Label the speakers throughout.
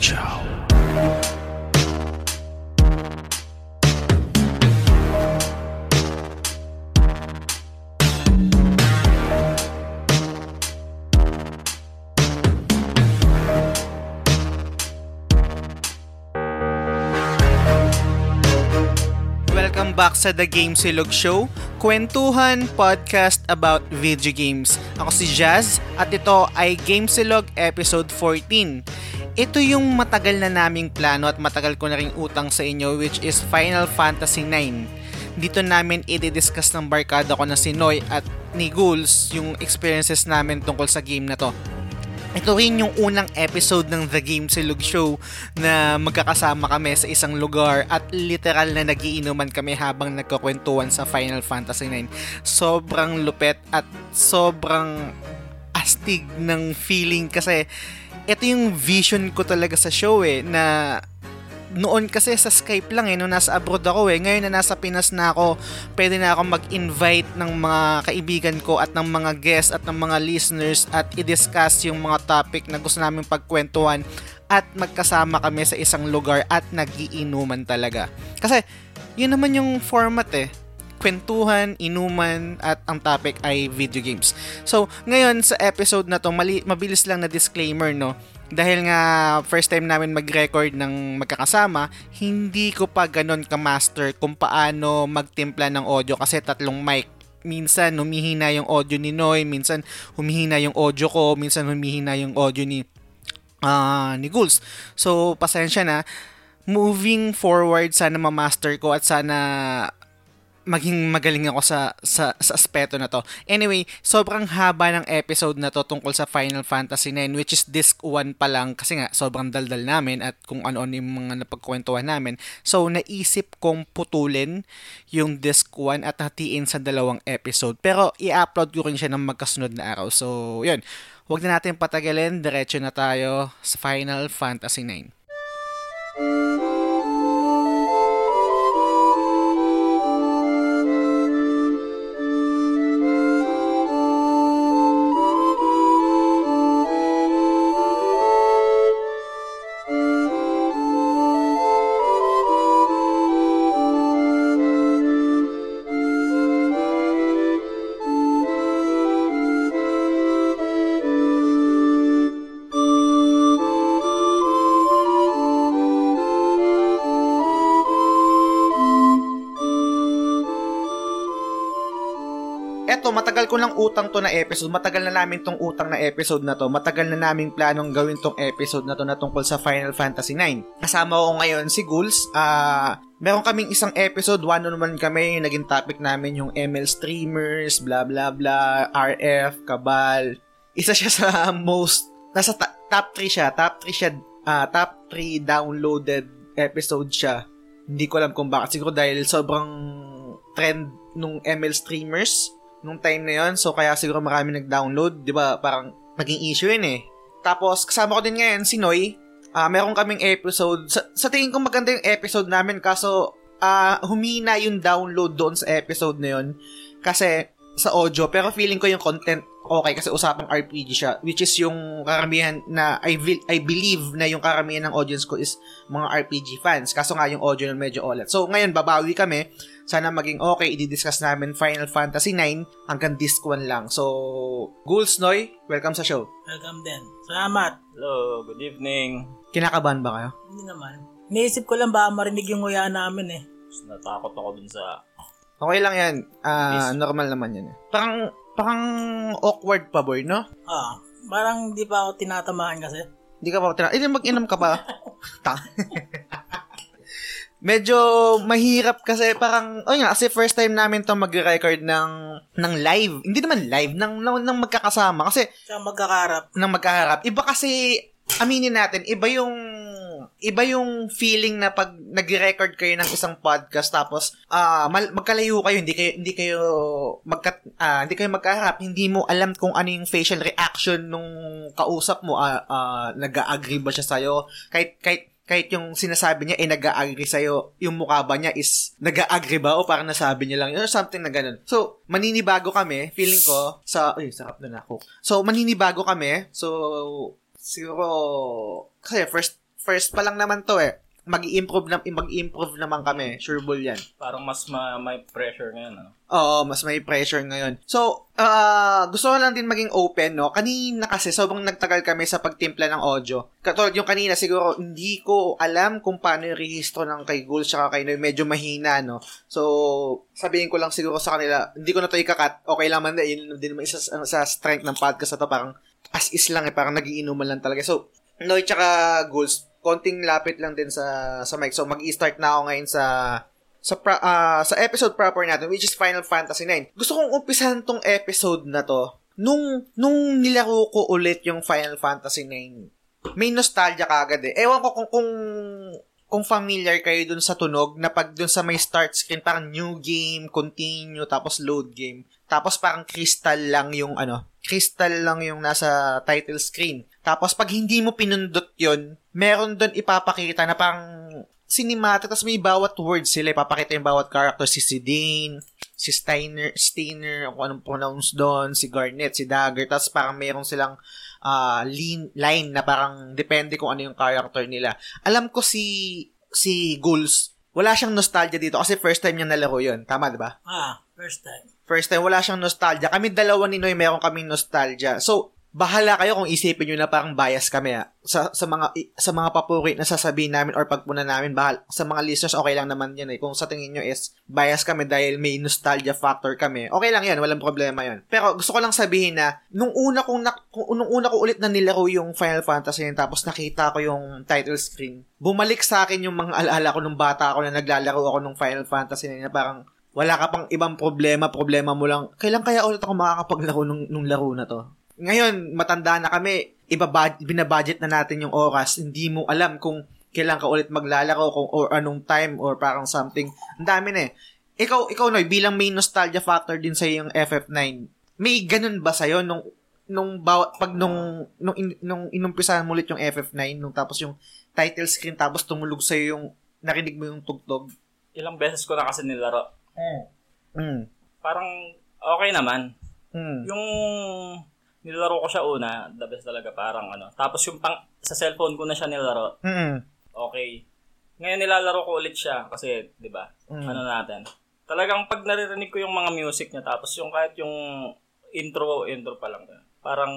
Speaker 1: Ciao.
Speaker 2: Welcome back sa The Game Silog Show, kwentuhan podcast about video games. Ako si Jazz at ito ay Game Silog Episode 14. Ito yung matagal na naming plano at matagal ko na rin utang sa inyo which is Final Fantasy 9. Dito namin i-discuss ng barkada ko na si Noy at ni Ghouls yung experiences namin tungkol sa game na to. Ito rin yung unang episode ng The Game Silog Show na magkakasama kami sa isang lugar at literal na nagiinuman kami habang nagkakwentuhan sa Final Fantasy 9. Sobrang lupet at sobrang astig ng feeling kasi ito yung vision ko talaga sa show eh na noon kasi sa Skype lang eh, nung nasa abroad ako eh. Ngayon na nasa Pinas na ako, pwede na ako mag-invite ng mga kaibigan ko at ng mga guests at ng mga listeners at i-discuss yung mga topic na gusto namin pagkwentuhan at magkasama kami sa isang lugar at nagiinuman talaga. Kasi yun naman yung format eh kwentuhan, inuman, at ang topic ay video games. So, ngayon sa episode na to, mali- mabilis lang na disclaimer, no? Dahil nga first time namin mag-record ng magkakasama, hindi ko pa ganun ka-master kung paano magtimpla ng audio kasi tatlong mic. Minsan humihina yung audio ni Noy, minsan humihina yung audio ko, minsan humihina yung audio ni ah ni Ghouls. So, pasensya na. Moving forward, sana ma-master ko at sana maging magaling ako sa, sa, sa aspeto na to. Anyway, sobrang haba ng episode na to tungkol sa Final Fantasy 9 which is disc 1 pa lang kasi nga sobrang daldal namin at kung ano-ano yung mga napagkwentuhan namin. So, naisip kong putulin yung disc 1 at hatiin sa dalawang episode. Pero, i-upload ko rin siya ng magkasunod na araw. So, yun. Huwag na natin patagalin. Diretso na tayo sa Final Fantasy 9. Eto, matagal ko lang utang to na episode. Matagal na namin tong utang na episode na to. Matagal na naming planong gawin tong episode na to na tungkol sa Final Fantasy 9. Kasama ko ngayon si Ghouls. Ah, meron kaming isang episode, one-on-one kami. Yung naging topic namin yung ML streamers, bla bla bla, RF, Kabal. Isa siya sa most, nasa ta- top 3 siya. Top 3 siya, ah, top 3 downloaded episode siya. Hindi ko alam kung bakit. Siguro dahil sobrang trend nung ML streamers nung time na yon so kaya siguro marami nag-download, 'di ba? Parang naging issue yun eh. Tapos kasama ko din ngayon si Noy. Ah, meron kaming episode. Sa, sa tingin ko maganda yung episode namin kaso ah humina yung download doon sa episode na yon kasi sa audio pero feeling ko yung content okay kasi usapang RPG siya which is yung karamihan na I, vil- I believe na yung karamihan ng audience ko is mga RPG fans kaso nga yung audio nun medyo olat so ngayon babawi kami sana maging okay, i-discuss namin Final Fantasy 9 hanggang disc 1 lang. So, Ghouls Noy, welcome sa show.
Speaker 3: Welcome din. Salamat.
Speaker 4: Hello, good evening.
Speaker 2: Kinakabahan ba kayo?
Speaker 3: Hindi naman. Iniisip ko lang baka marinig yung nguya namin eh.
Speaker 4: Mas Natakot ako dun sa...
Speaker 2: Okay lang yan. Ah,
Speaker 4: Yes.
Speaker 2: normal naman yan. eh. Parang, parang awkward pa boy, no?
Speaker 3: Ah, parang di pa ako tinatamaan kasi.
Speaker 2: Hindi ka pa tina... Eh, mag-inom ka ba? Ta. Medyo mahirap kasi parang, oh nga, kasi first time namin to mag-record ng, ng live. Hindi naman live, ng, ng, ng magkakasama. Kasi
Speaker 3: Tsaka magkakarap.
Speaker 2: ng magkaharap. Iba kasi, aminin natin, iba yung iba yung feeling na pag nag-record kayo ng isang podcast tapos ah mal- magkalayo kayo hindi kayo hindi kayo magka ah, hindi kayo magkaharap hindi mo alam kung ano yung facial reaction nung kausap mo ah ah, nag-agree ba siya sa'yo kahit kahit kahit yung sinasabi niya ay eh, nag-agree sa'yo, yung mukha ba niya is nag-agree ba o parang nasabi niya lang yun or something na ganun. So, maninibago kami, feeling ko, sa, uy, sarap na na ako. So, maninibago kami, so, siguro, kasi first, First pa lang naman to eh. Mag-improve na, mag-improve naman kami. Sure bull yan.
Speaker 4: Parang mas ma- may pressure ngayon, ano?
Speaker 2: Oo, mas may pressure ngayon. So, ah, gusto ko lang din maging open, no? Kanina kasi, sobrang nagtagal kami sa pagtimpla ng audio. Katulad yung kanina, siguro, hindi ko alam kung paano yung rehistro ng kay Gold tsaka kay Noy. Medyo mahina, no? So, sabihin ko lang siguro sa kanila, hindi ko na to ikakat. Okay lang man, yun din naman isa sa, ano, sa strength ng podcast na to. Parang as is lang eh, parang nagiinuman lang talaga. So, Noy tsaka Goals, konting lapit lang din sa sa mic. So, mag-start na ako ngayon sa sa pra- ah, sa episode proper natin which is Final Fantasy 9. Gusto kong umpisahan tong episode na to nung nung nilaro ko ulit yung Final Fantasy 9. May nostalgia kagad eh. Ewan ko kung kung kung familiar kayo dun sa tunog na pag dun sa may start screen parang new game, continue, tapos load game. Tapos parang crystal lang yung ano, crystal lang yung nasa title screen. Tapos pag hindi mo pinundot yon meron dun ipapakita na parang sinimata, tapos may bawat word sila, ipapakita yung bawat character, si Sidane, si Steiner, Steiner, o kung anong pronounce doon, si Garnet, si Dagger, tapos parang meron silang ah, lin- line na parang depende kung ano yung character nila. Alam ko si si Ghouls, wala siyang nostalgia dito kasi first time niya nalaro yon Tama, di ba?
Speaker 3: Ah, first time.
Speaker 2: First time, wala siyang nostalgia. Kami dalawa ni Noy, meron kaming nostalgia. So, bahala kayo kung isipin nyo na parang bias kami ah. sa sa mga i- sa mga papuri na sasabihin namin or pagpuna namin bahal sa mga listeners okay lang naman yan eh kung sa tingin nyo is bias kami dahil may nostalgia factor kami okay lang yan walang problema yan pero gusto ko lang sabihin na nung una kong nak- kung- nung una ko ulit na nilaro yung Final Fantasy yun, tapos nakita ko yung title screen bumalik sa akin yung mga alaala ko nung bata ako na naglalaro ako nung Final Fantasy na yun, na parang wala ka pang ibang problema, problema mo lang. Kailan kaya ulit ako makakapaglaro nung, nung laro na to? Ngayon, matanda na kami, ibabad, binabudget na natin yung oras, hindi mo alam kung kailan ka ulit maglalaro kung or anong time or parang something. Ang dami na eh. Ikaw, ikaw Noy, bilang may nostalgia factor din sa yung FF9, may ganun ba sa'yo nung nung bawat pag nung nung, in- nung inumpisahan mo ulit yung FF9 nung tapos yung title screen tapos tumulog sa yung narinig mo yung tugtog.
Speaker 4: Ilang beses ko na kasi nilaro.
Speaker 2: Mm.
Speaker 4: Parang okay naman.
Speaker 2: Mm.
Speaker 4: Yung nilaro ko siya una, the best talaga parang ano. Tapos yung pang, sa cellphone ko na siya nilaro,
Speaker 2: Mm.
Speaker 4: okay. Ngayon nilalaro ko ulit siya kasi, 'di ba?
Speaker 2: Mm.
Speaker 4: Ano natin? Talagang pag naririnig ko yung mga music niya tapos yung kahit yung intro, intro pa lang. Parang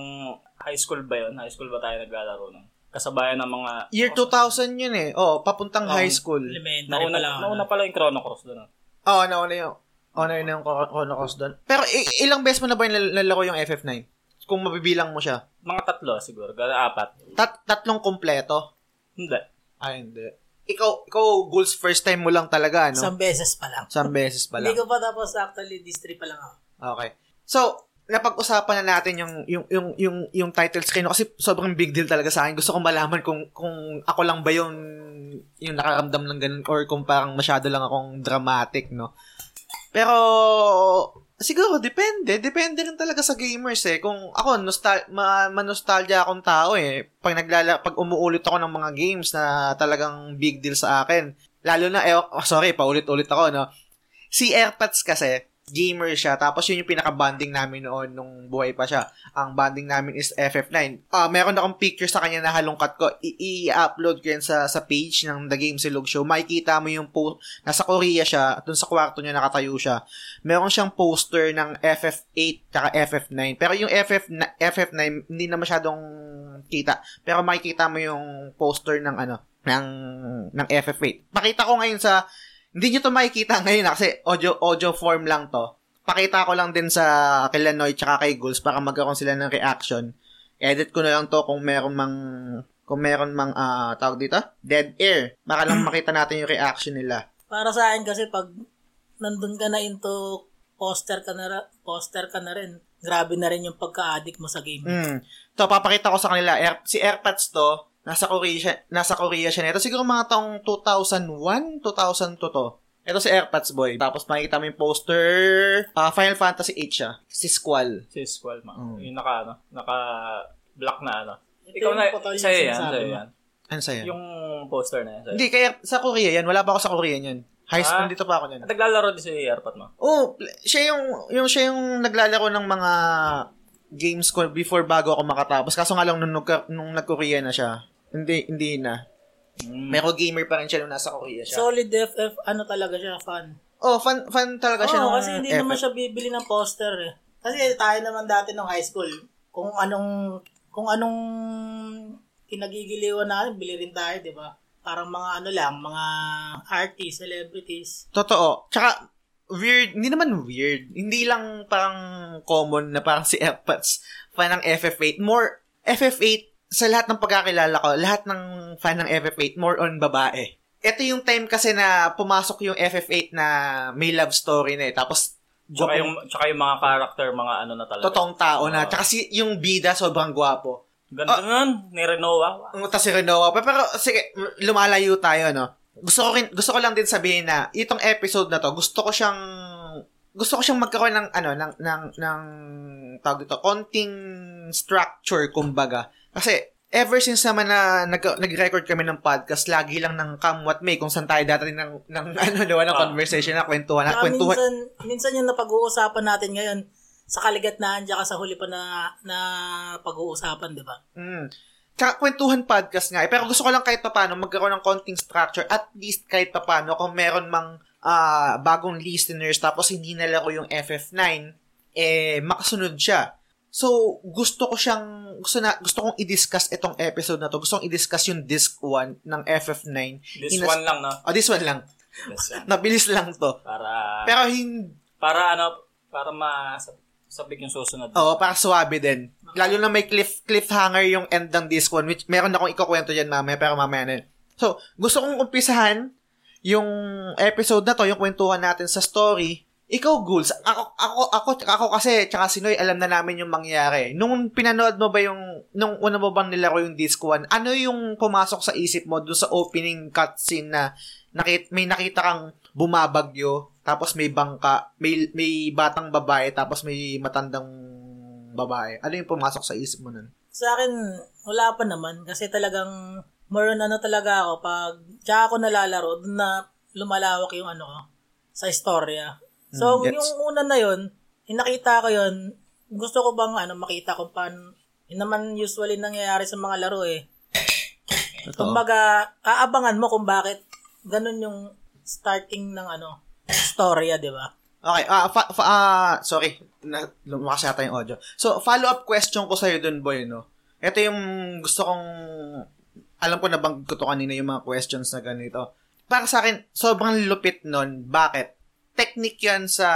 Speaker 4: high school ba 'yon? High school ba tayo naglalaro nun? Kasabayan ng mga
Speaker 2: Year 2000 yun eh. Oh, papuntang
Speaker 4: Oh,
Speaker 2: high school.
Speaker 3: Elementary
Speaker 4: Nauna,
Speaker 3: pa lang.
Speaker 4: nauna pala yung Chrono Cross ah. doon.
Speaker 2: Oh, nauna yung nauna yun ano yung Chron- Chrono Cross doon. Pero i- ilang beses mo na ba yung nal- nalaro yung FF9? Kung mabibilang mo siya.
Speaker 4: Mga tatlo siguro, gala apat.
Speaker 2: Tat tatlong kompleto?
Speaker 4: Hindi.
Speaker 2: Ay, hindi. Ikaw, ikaw, goals first time mo lang talaga, ano?
Speaker 3: Isang beses pa lang.
Speaker 2: Isang beses pa
Speaker 3: Hindi
Speaker 2: lang.
Speaker 3: ko pa tapos actually, distri pa lang ako.
Speaker 2: Okay. So, napag-usapan na natin yung yung yung yung yung title screen no? kasi sobrang big deal talaga sa akin. Gusto kong malaman kung kung ako lang ba yung yung nakaramdam ng ganun or kung parang masyado lang akong dramatic, no. Pero siguro depende, depende rin talaga sa gamers eh. Kung ako nostal ma, manostalgia akong tao eh. Pag naglala pag umuulit ako ng mga games na talagang big deal sa akin. Lalo na eh oh, sorry, paulit-ulit ako, no si Airpods kasi, gamer siya. Tapos yun yung pinaka-bonding namin noon nung buhay pa siya. Ang bonding namin is FF9. Ah, meron akong picture sa kanya na halongkat ko. I- I-upload ko yan sa, sa page ng The Game Silog Show. Makikita mo yung post. Nasa Korea siya. at Dun sa kwarto niya nakatayo siya. Meron siyang poster ng FF8 tsaka FF9. Pero yung FF, na- FF9 hindi na masyadong kita. Pero makikita mo yung poster ng ano ng ng FF8. Pakita ko ngayon sa hindi nyo to makikita ngayon ah, kasi audio, audio form lang to. Pakita ko lang din sa kila Noy tsaka kay Ghouls para magkaroon sila ng reaction. Edit ko na lang to kung meron mang kung meron mang ah, tawag dito, dead air. Baka lang makita natin yung reaction nila.
Speaker 3: Para sa akin kasi pag nandun ka na into poster ka na, ra- poster ka na rin, grabe na rin yung pagka-addict mo sa game.
Speaker 2: Mm. To papakita ko sa kanila Air- si AirPods to nasa Korea siya, nasa Korea siya nito. Siguro mga taong 2001, 2002 to. Ito si AirPods boy. Tapos makikita mo yung poster. ah, Final Fantasy 8 siya. Si Squall.
Speaker 4: Si Squall ma.
Speaker 2: Mm.
Speaker 4: Yung naka ano, naka black na ano.
Speaker 3: Ito
Speaker 4: Ikaw
Speaker 3: yung
Speaker 4: na,
Speaker 3: photo yung
Speaker 4: sa'yo yan,
Speaker 3: sinasabi
Speaker 4: sa'yo
Speaker 3: mo.
Speaker 4: yan.
Speaker 2: Ano sa'yo?
Speaker 4: Yung poster na yan, sa'yo.
Speaker 2: Hindi, kaya sa Korea yan. Wala pa ako sa Korea yan. High school,
Speaker 4: Ah.
Speaker 2: nandito pa ako yan.
Speaker 4: At naglalaro din si Airpot mo.
Speaker 2: Oh, pl- siya yung, yung, siya yung naglalaro ng mga games ko before bago ako makatapos. Kaso nga lang nung, nung, nung nag-Korea na siya, hindi, hindi na.
Speaker 4: Mm.
Speaker 2: Micro gamer pa rin siya nung nasa Korea siya.
Speaker 3: Solid FF, ano talaga siya, fan.
Speaker 2: oh, fan, fan talaga siya
Speaker 3: Oo,
Speaker 2: nung
Speaker 3: kasi hindi
Speaker 2: effort.
Speaker 3: naman siya bibili ng poster eh. Kasi tayo naman dati nung high school, kung anong kung anong kinagigiliwan natin, bili rin tayo, di ba? Parang mga ano lang, mga artists, celebrities.
Speaker 2: Totoo. Tsaka, weird, hindi naman weird. Hindi lang parang common na parang si Epats fan ng FF8. More, FF8, sa lahat ng pagkakilala ko, lahat ng fan ng FF8, more on babae. Ito yung time kasi na pumasok yung FF8 na may love story na eh. Tapos,
Speaker 4: Tsaka
Speaker 2: gwapong-
Speaker 4: yung, tsaka yung mga character, mga ano na talaga.
Speaker 2: totoong tao na.
Speaker 4: Oo.
Speaker 2: Tsaka si, yung bida, sobrang gwapo. Ah.
Speaker 4: Ganda nun, ni Renoa.
Speaker 2: Ang utas si Renoa. Pero, pero sige, lumalayo tayo, no? Gusto ko, rin, gusto ko lang din sabihin na itong episode na to, gusto ko siyang gusto ko siyang magkaroon ng ano ng ng ng tawag dito, konting structure kumbaga. Kasi ever since naman na nag, nag-record kami ng podcast, lagi lang ng come what may kung saan tayo dati ng ng ano nawa ng
Speaker 4: Ah.
Speaker 2: conversation na kwentuhan na
Speaker 3: Saka
Speaker 2: kwentuhan.
Speaker 3: minsan, minsan yung napag-uusapan natin ngayon, sa kaligatnaan tsaka sa huli pa na, na pag-uusapan, di ba?
Speaker 2: Mm. Tsaka kwentuhan podcast nga eh. Pero gusto ko lang kahit papano magkaroon ng konting structure. At least kahit papano kung meron mang ah, bagong listeners tapos hindi nalaro yung FF9, eh, makasunod siya. So, gusto ko siyang, gusto, na, gusto kong i-discuss itong episode na to. Gusto kong i-discuss yung disc 1 ng FF9.
Speaker 4: This
Speaker 2: Inas-
Speaker 4: one lang, no?
Speaker 2: Oh, this one lang.
Speaker 4: This one.
Speaker 2: Nabilis lang to.
Speaker 4: Para,
Speaker 2: Pero hindi,
Speaker 4: para ano, para masabik yung susunod.
Speaker 2: Oo, para suwabe din. Lalo na may cliff, cliffhanger yung end ng this one, which meron akong ikukwento dyan mamaya, pero mamaya na yun. So, gusto kong umpisahan yung episode na to, yung kwentuhan natin sa story. Ikaw, Ghouls, ako, ako, ako, ako kasi, tsaka si Noy, alam na namin yung mangyayari. Nung pinanood mo ba yung, nung una mo bang nilaro yung Disc 1, ano yung pumasok sa isip mo doon sa opening cutscene na nakit, may nakita kang bumabagyo, tapos may bangka, may, may batang babae, tapos may matandang babae. Ano yung pumasok sa isip mo nun?
Speaker 3: Sa akin, wala pa naman. Kasi talagang, more on ano talaga ako, pag tsaka ako nalalaro, dun na lumalawak yung ano ko, sa istorya.
Speaker 2: Mm,
Speaker 3: So,
Speaker 2: gets.
Speaker 3: yung una na yun, yung nakita ko yun, gusto ko bang ano, makita kung paano, yun naman usually nangyayari sa mga laro eh. Kumbaga, aabangan mo kung bakit ganun yung starting ng ano, storya, di ba?
Speaker 2: Okay, ah, fa- fa- ah, sorry, na, lumakas yata yung audio. So, follow-up question ko sa'yo dun, boy, no? Ito yung gusto kong, alam ko nabanggit ko to kanina yung mga questions na ganito. Para sa akin, sobrang lupit nun. Bakit? Technique yan sa,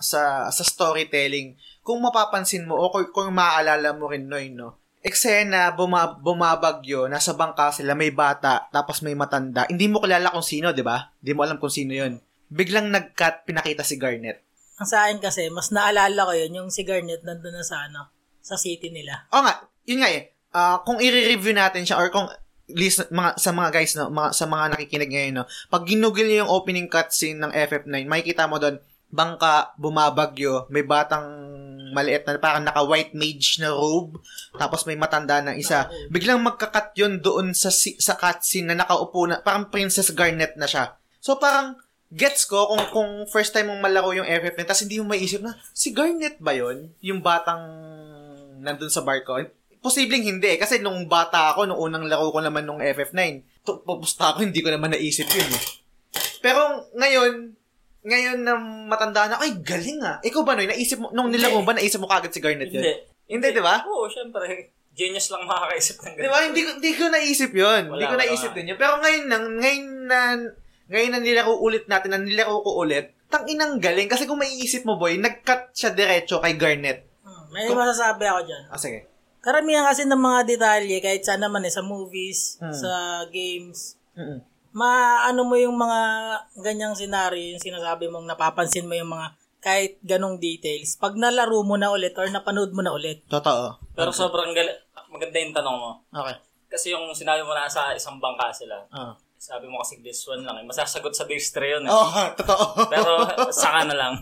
Speaker 2: sa, sa storytelling. Kung mapapansin mo, o kung, kung maaalala mo rin, Noy, no? Eksena, buma, bumabagyo, nasa bangka sila, may bata, tapos may matanda. Hindi mo kilala kung sino, di ba? Hindi mo alam kung sino yon Biglang nag-cut, pinakita si Garnet.
Speaker 3: Ang sa akin kasi, mas naalala ko yun, yung si Garnet nandun na sa ano, sa city nila.
Speaker 2: O nga, yun nga eh. Ah, kung i-review natin siya or kung list, mga, sa mga guys, no, mga, sa mga nakikinig ngayon, no, pag ginugil niyo yung opening cutscene ng FF9, makikita mo doon, bangka, bumabagyo, may batang maliit na parang naka-white mage na robe, tapos may matanda na isa. Biglang magkakat yun doon sa, si- sa cutscene na nakaupo na, parang Princess Garnet na siya. So parang, gets ko kung kung first time mong malaro yung FF9, tapos hindi mo maiisip na, si Garnet ba yon Yung batang nandun sa bar ko. Posibleng hindi eh, kasi nung bata ako, nung unang laro ko naman nung FF9, to, papusta ako, hindi ko naman naisip yun eh. Pero ngayon, ngayon na matanda na, ako, ay galing ah. Ikaw ba, Noy, naisip mo, nung nilaro mo ba, naisip mo kagad si Garnet yun?
Speaker 4: Hindi.
Speaker 2: Hindi, di ba?
Speaker 4: Oo, syempre. Genius lang makakaisip ng
Speaker 2: Di
Speaker 4: ganun.
Speaker 2: ba? Hindi ko, hindi ko naisip yun.
Speaker 4: Wala,
Speaker 2: Hindi ko
Speaker 4: wala
Speaker 2: naisip
Speaker 4: nga.
Speaker 2: din yun. Pero ngayon na, ngayon na, ngayon na nilaro ulit natin, na nilaro ko ulit, tang inang galing. Kasi kung maiisip mo, boy, nag-cut siya diretso kay Garnet.
Speaker 3: Hmm, May masasabi ako dyan.
Speaker 2: Ah, sige.
Speaker 3: Karamihan kasi ng mga detalye, kahit saan naman eh, sa movies,
Speaker 2: Hmm.
Speaker 3: sa games,
Speaker 2: Mm-mm.
Speaker 3: maano mo yung mga ganyang senaryo, yung sinasabi mong napapansin mo yung mga kahit ganong details. Pag nalaro mo na ulit or napanood mo na ulit,
Speaker 2: Totoo.
Speaker 4: Pero sobrang gal- maganda yung tanong mo.
Speaker 2: Okay.
Speaker 4: Kasi yung sinabi mo na sa isang bangka sila.
Speaker 2: Ah.
Speaker 4: Sabi mo kasi this one lang. eh. Masasagot sa distre yun. Eh.
Speaker 2: Oo, oh, totoo.
Speaker 4: Pero saka na lang.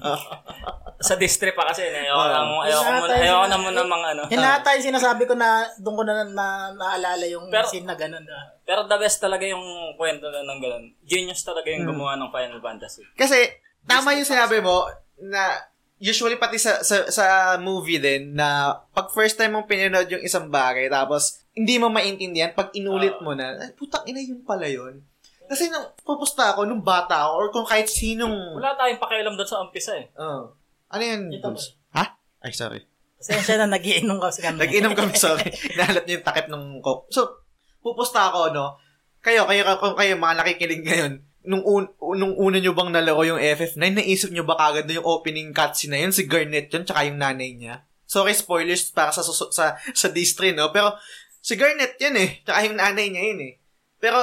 Speaker 4: sa distre pa kasi. Eh. Ayoko,
Speaker 2: Oo.
Speaker 4: lang, ayoko,
Speaker 3: Hinatay
Speaker 4: muna, ayoko
Speaker 3: sila.
Speaker 4: na muna mga ano.
Speaker 3: yun na tayo sinasabi ko na doon ko na, na naalala yung
Speaker 4: Pero-
Speaker 3: scene na ganun. ah.
Speaker 4: Oh. Pero the best talaga yung kwento na ng ganun. Hmm. Genius talaga yung gumawa ng Final Fantasy.
Speaker 2: Kasi, tama yung sinabi mo na usually pati sa, sa, sa movie din na pag first time mong pinanood yung isang bagay tapos hindi mo maintindihan pag inulit mo na, ay, putang ina yun pala yun. Kasi nung pupusta ako, nung bata ako, or kung kahit sinong...
Speaker 4: Wala tayong pakialam doon sa umpisa eh.
Speaker 2: Oh. ano yun?
Speaker 4: Ito
Speaker 2: Boobs? Ha? Ay, sorry.
Speaker 3: Kasi siya na nagiinom kasi kami.
Speaker 2: Nag-inom kami, sorry. Nahalat niyo yung takip ng coke. So, pupusta ako, no? Kayo, kayo, kung kayo, mga nakikinig ngayon, nung, un, nung una nyo bang nalaro yung FF9, naisip nyo ba kagad na yung opening cutscene na yun, si Garnet yun, tsaka yung nanay niya? Sorry, spoilers para sa susu- sa, sa distri, no? Pero, si Garnet yun eh, tsaka yung nanay niya yun eh. Pero,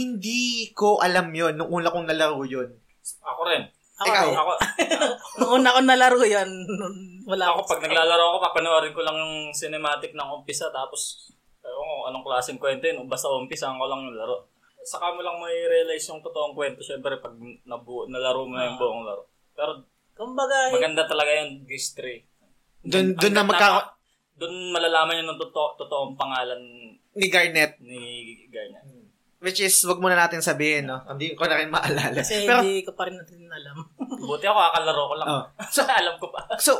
Speaker 2: hindi ko alam yun nung una kong nalaro yun.
Speaker 4: Ako rin.
Speaker 3: Ako,
Speaker 2: Ikaw.
Speaker 3: eh.
Speaker 4: Ako,
Speaker 3: Nung una ko nalaro yun, wala
Speaker 4: ako pag naglalaro ako, papanoorin ko lang yung cinematic ng umpisa tapos ewan ko anong klaseng kwento yun. Basta umpisa ko lang yung laro. Saka mo lang may realize yung totoong kwento. Siyempre, pag nabu- nalaro mo na yung buong laro. Pero
Speaker 3: Kumbaga, eh,
Speaker 4: maganda talaga yung District.
Speaker 2: Doon, doon na magka...
Speaker 4: Doon malalaman yun ng toto- totoong pangalan
Speaker 2: ni Garnet.
Speaker 4: ni Garnet.
Speaker 2: Which is, wag muna natin sabihin, no? Hindi ko na rin maalala.
Speaker 3: kasi
Speaker 2: Pero,
Speaker 3: hindi ko pa rin natin alam.
Speaker 4: Buti ako, kakalaro ko lang.
Speaker 2: Oh.
Speaker 4: So, alam ko pa.
Speaker 2: So,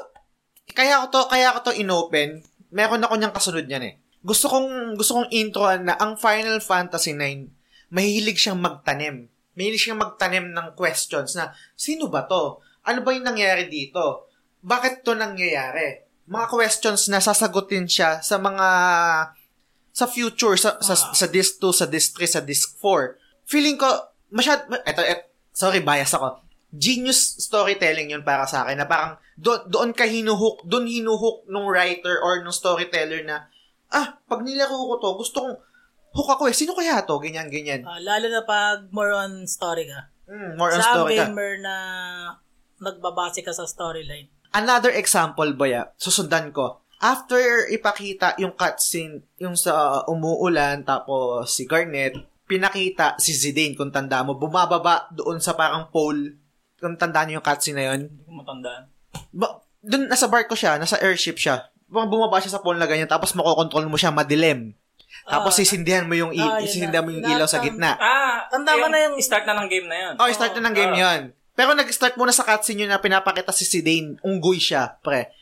Speaker 2: kaya ko to, kaya ko to inopen. Meron ako niyang kasunod niyan eh. Gusto kong gusto kong introan na ang Final Fantasy 9 mahilig siyang magtanim. Mahilig siyang magtanim ng questions na sino ba to? Ano ba 'yung nangyari dito? Bakit to nangyayari? Mga questions na sasagutin siya sa mga sa future sa sa,
Speaker 3: Ah.
Speaker 2: sa disk 2, sa disk 3, sa disk 4. Feeling ko masyad eto, eto sorry bias ako genius storytelling yun para sa akin na parang do- doon ka hinuhook, doon hinuhook nung writer or nung storyteller na ah, pag nilaro ko to, gusto kong hook ako eh. Sino kaya to? Ganyan, ganyan.
Speaker 3: Ah, lalo na pag more on story ka.
Speaker 2: Mm, more on
Speaker 3: sa
Speaker 2: story ka.
Speaker 3: gamer na nagbabase ka sa storyline.
Speaker 2: Another example ba ya? Susundan ko. After ipakita yung cutscene, yung sa umuulan, tapos si Garnet, pinakita si Zidane, kung tanda mo, bumababa doon sa parang pole. Kung tanda niyo yung cutscene na yun,
Speaker 4: Hindi ko matandaan.
Speaker 2: ba, dun, nasa barko siya, nasa airship siya. Bang bumaba siya sa pool na ganyan, tapos makokontrol mo siya, madilim. Tapos
Speaker 3: Ah,
Speaker 2: sisindihan mo yung, i-
Speaker 3: ah, yun
Speaker 2: sisindihan
Speaker 3: na.
Speaker 2: mo yung ilaw sa
Speaker 3: Lahat ng-
Speaker 2: gitna.
Speaker 4: Ah,
Speaker 3: Tanda ko
Speaker 4: ayun,
Speaker 3: na yung-
Speaker 4: Start na ng game na yun.
Speaker 2: Oh, start na ng game
Speaker 4: Ah.
Speaker 2: yon. Pero nag-start muna sa cutscene yun na pinapakita si Zidane, unggoy siya, pre.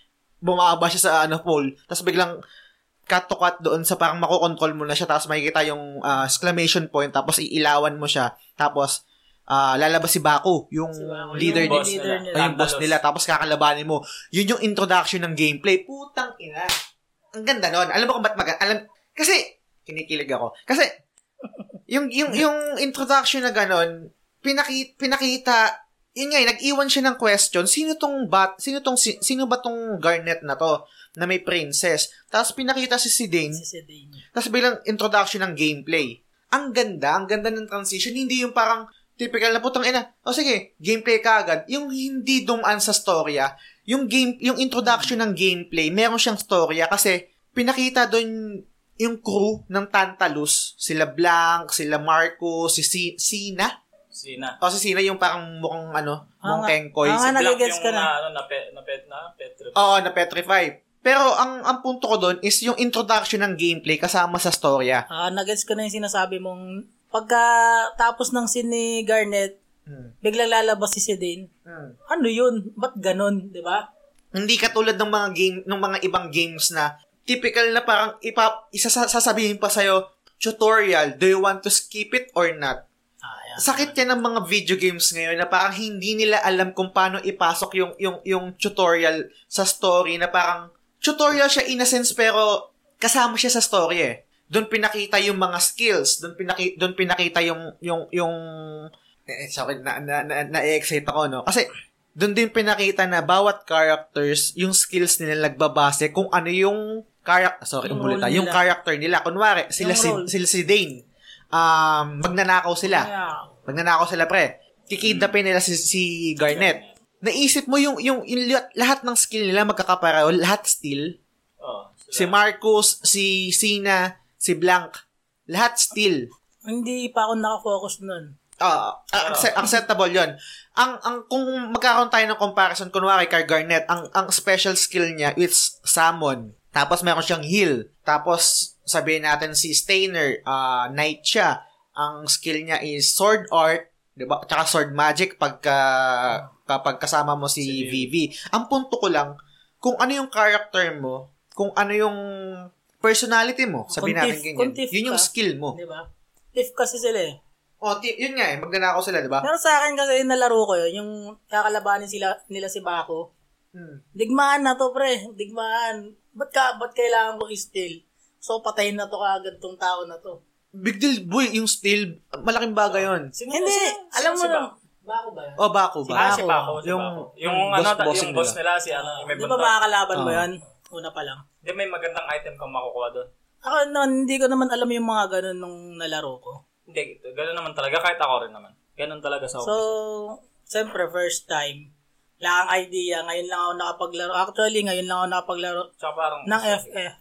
Speaker 2: Bumaba siya sa ano, pool. Tapos biglang cut to cut doon sa parang makokontrol mo na siya tapos makikita yung ah, exclamation point tapos iilawan mo siya tapos ah, lalabas si Baku yung
Speaker 3: Si Baku,
Speaker 2: leader
Speaker 3: yung
Speaker 2: ni
Speaker 3: boss
Speaker 4: nila.
Speaker 3: nila.
Speaker 2: o yung boss
Speaker 4: Tantalos.
Speaker 2: nila, tapos kakalabanin mo. Yun yung introduction ng gameplay. Putang ina. Ang ganda nun. Alam mo kung ba't mag- Alam, kasi, kinikilig ako. Kasi, yung, yung, yung introduction na ganon, pinaki, pinakita, yun nga, eh, nag-iwan siya ng question, sino tong bat, sino tong, si- sino ba tong Garnet na to, na may princess? Tapos pinakita si Sidane,
Speaker 3: Si Sedane.
Speaker 2: tapos bilang introduction ng gameplay. Ang ganda, ang ganda ng transition. Hindi yung parang typical na putang ina. O sige, gameplay ka agad. Yung hindi dumaan sa storya, yung game, yung introduction ng gameplay, meron siyang storya kasi pinakita doon yung crew ng Tantalus, sila Blank, sila Marco, si Si- Sina.
Speaker 4: Sina.
Speaker 2: O si Sina yung parang mukhang ano,
Speaker 3: Ah,
Speaker 2: mukhang
Speaker 3: nga.
Speaker 2: Kenkoy.
Speaker 3: Ah,
Speaker 2: Si-
Speaker 3: nga. nagigets
Speaker 4: Black
Speaker 3: ka na.
Speaker 4: Ano, na, pe, na, pet, na petrif.
Speaker 2: Oo, na Petrify. Pero ang ang punto ko doon is yung introduction ng gameplay kasama sa storya.
Speaker 3: Ah, nagets ko na yung sinasabi mong pagka tapos ng scene ni Garnet,
Speaker 2: Hmm.
Speaker 3: biglang lalabas si Sedane.
Speaker 2: Hmm.
Speaker 3: Ano yun? Ba't ganun? Di ba?
Speaker 2: hindi katulad ng mga game ng mga ibang games na typical na parang ipa isasasabihin pa sa'yo, tutorial, do you want to skip it or not?
Speaker 3: Ah, yan.
Speaker 2: Sakit yan ng mga video games ngayon na parang hindi nila alam kung paano ipasok yung yung yung tutorial sa story na parang tutorial siya in a sense pero kasama siya sa story eh. Doon pinakita yung mga skills, doon pinakita doon pinakita yung yung yung eh, sorry, na, na, na, na-excite ako, no? Kasi, doon din pinakita na bawat characters, yung skills nila nagbabase kung ano yung character, sorry,
Speaker 3: Yung
Speaker 2: yung, yung,
Speaker 3: role nila.
Speaker 2: character nila. Kunwari, sila
Speaker 3: Yung
Speaker 2: si,
Speaker 3: role.
Speaker 2: sila si Dane. Um, magnanakaw sila.
Speaker 3: Yeah.
Speaker 2: Pag nanakaw sila, pre, kikidnapin nila si, si Garnet. Naisip mo yung, yung, yung lahat- lahat ng skill nila magkakapareho, lahat steal.
Speaker 4: Oh, sila.
Speaker 2: Si Marcus, si Sina, si Blank, lahat steal.
Speaker 3: Hindi pa ako nakafocus nun.
Speaker 2: Ah, ah, acce- acceptable 'yon. Ang ang kung magkakaroon tayo ng comparison kunwari kay Garnet, ang ang special skill niya is summon. Tapos meron siyang heal. Tapos sabihin natin si Stainer, ah knight siya. Ang skill niya is sword art, 'di ba? Tsaka sword magic pagka kapag kasama mo si,
Speaker 4: Si
Speaker 2: Vivi. Ang punto ko lang, kung ano yung character mo, kung ano yung personality mo, sabihin natin
Speaker 3: Contif-
Speaker 2: ganyan.
Speaker 3: contif
Speaker 2: Yun yung
Speaker 3: ka.
Speaker 2: skill mo.
Speaker 3: Di ba? Thief kasi sila eh.
Speaker 2: O, ti- yun nga eh, magnanakaw sila, di ba?
Speaker 3: Pero sa akin kasi yung nalaro ko yun, yung kakalabanin sila, nila si Bako.
Speaker 2: Hmm.
Speaker 3: Digmaan na to, pre. Digmaan. Ba't, ka, ba't kailangan ko i-steal? So, patayin na to kaagad tong tao na to.
Speaker 2: Big deal, boy, yung steal, malaking bagay yun.
Speaker 4: Sino,
Speaker 3: Hindi,
Speaker 4: sino-
Speaker 3: alam
Speaker 4: sino
Speaker 3: mo
Speaker 4: si
Speaker 3: na.
Speaker 4: Baco?
Speaker 3: Bako ba yan?
Speaker 2: O, bako
Speaker 4: Ah,
Speaker 2: ba?
Speaker 4: si Baco. Si yung,
Speaker 2: Yung-
Speaker 4: Yung,
Speaker 2: yung
Speaker 4: ano,
Speaker 2: boss- bossing
Speaker 4: yung boss nila, si ano, may
Speaker 3: Di ba
Speaker 4: buntang.
Speaker 3: mga kalaban mo
Speaker 2: Oo.
Speaker 3: yan? Una pa lang.
Speaker 4: Di may magandang item kang makukuha doon.
Speaker 3: Ako noon, hindi ko naman alam yung mga ganun nung nalaro ko.
Speaker 4: Hindi, gano'n naman talaga. Kahit ako rin naman. Ganun talaga sa
Speaker 3: So, siyempre, first time. Wala kang idea. Ngayon lang ako nakapaglaro. Actually, ngayon lang ako nakapaglaro
Speaker 4: Tsaka parang,
Speaker 3: ng FF.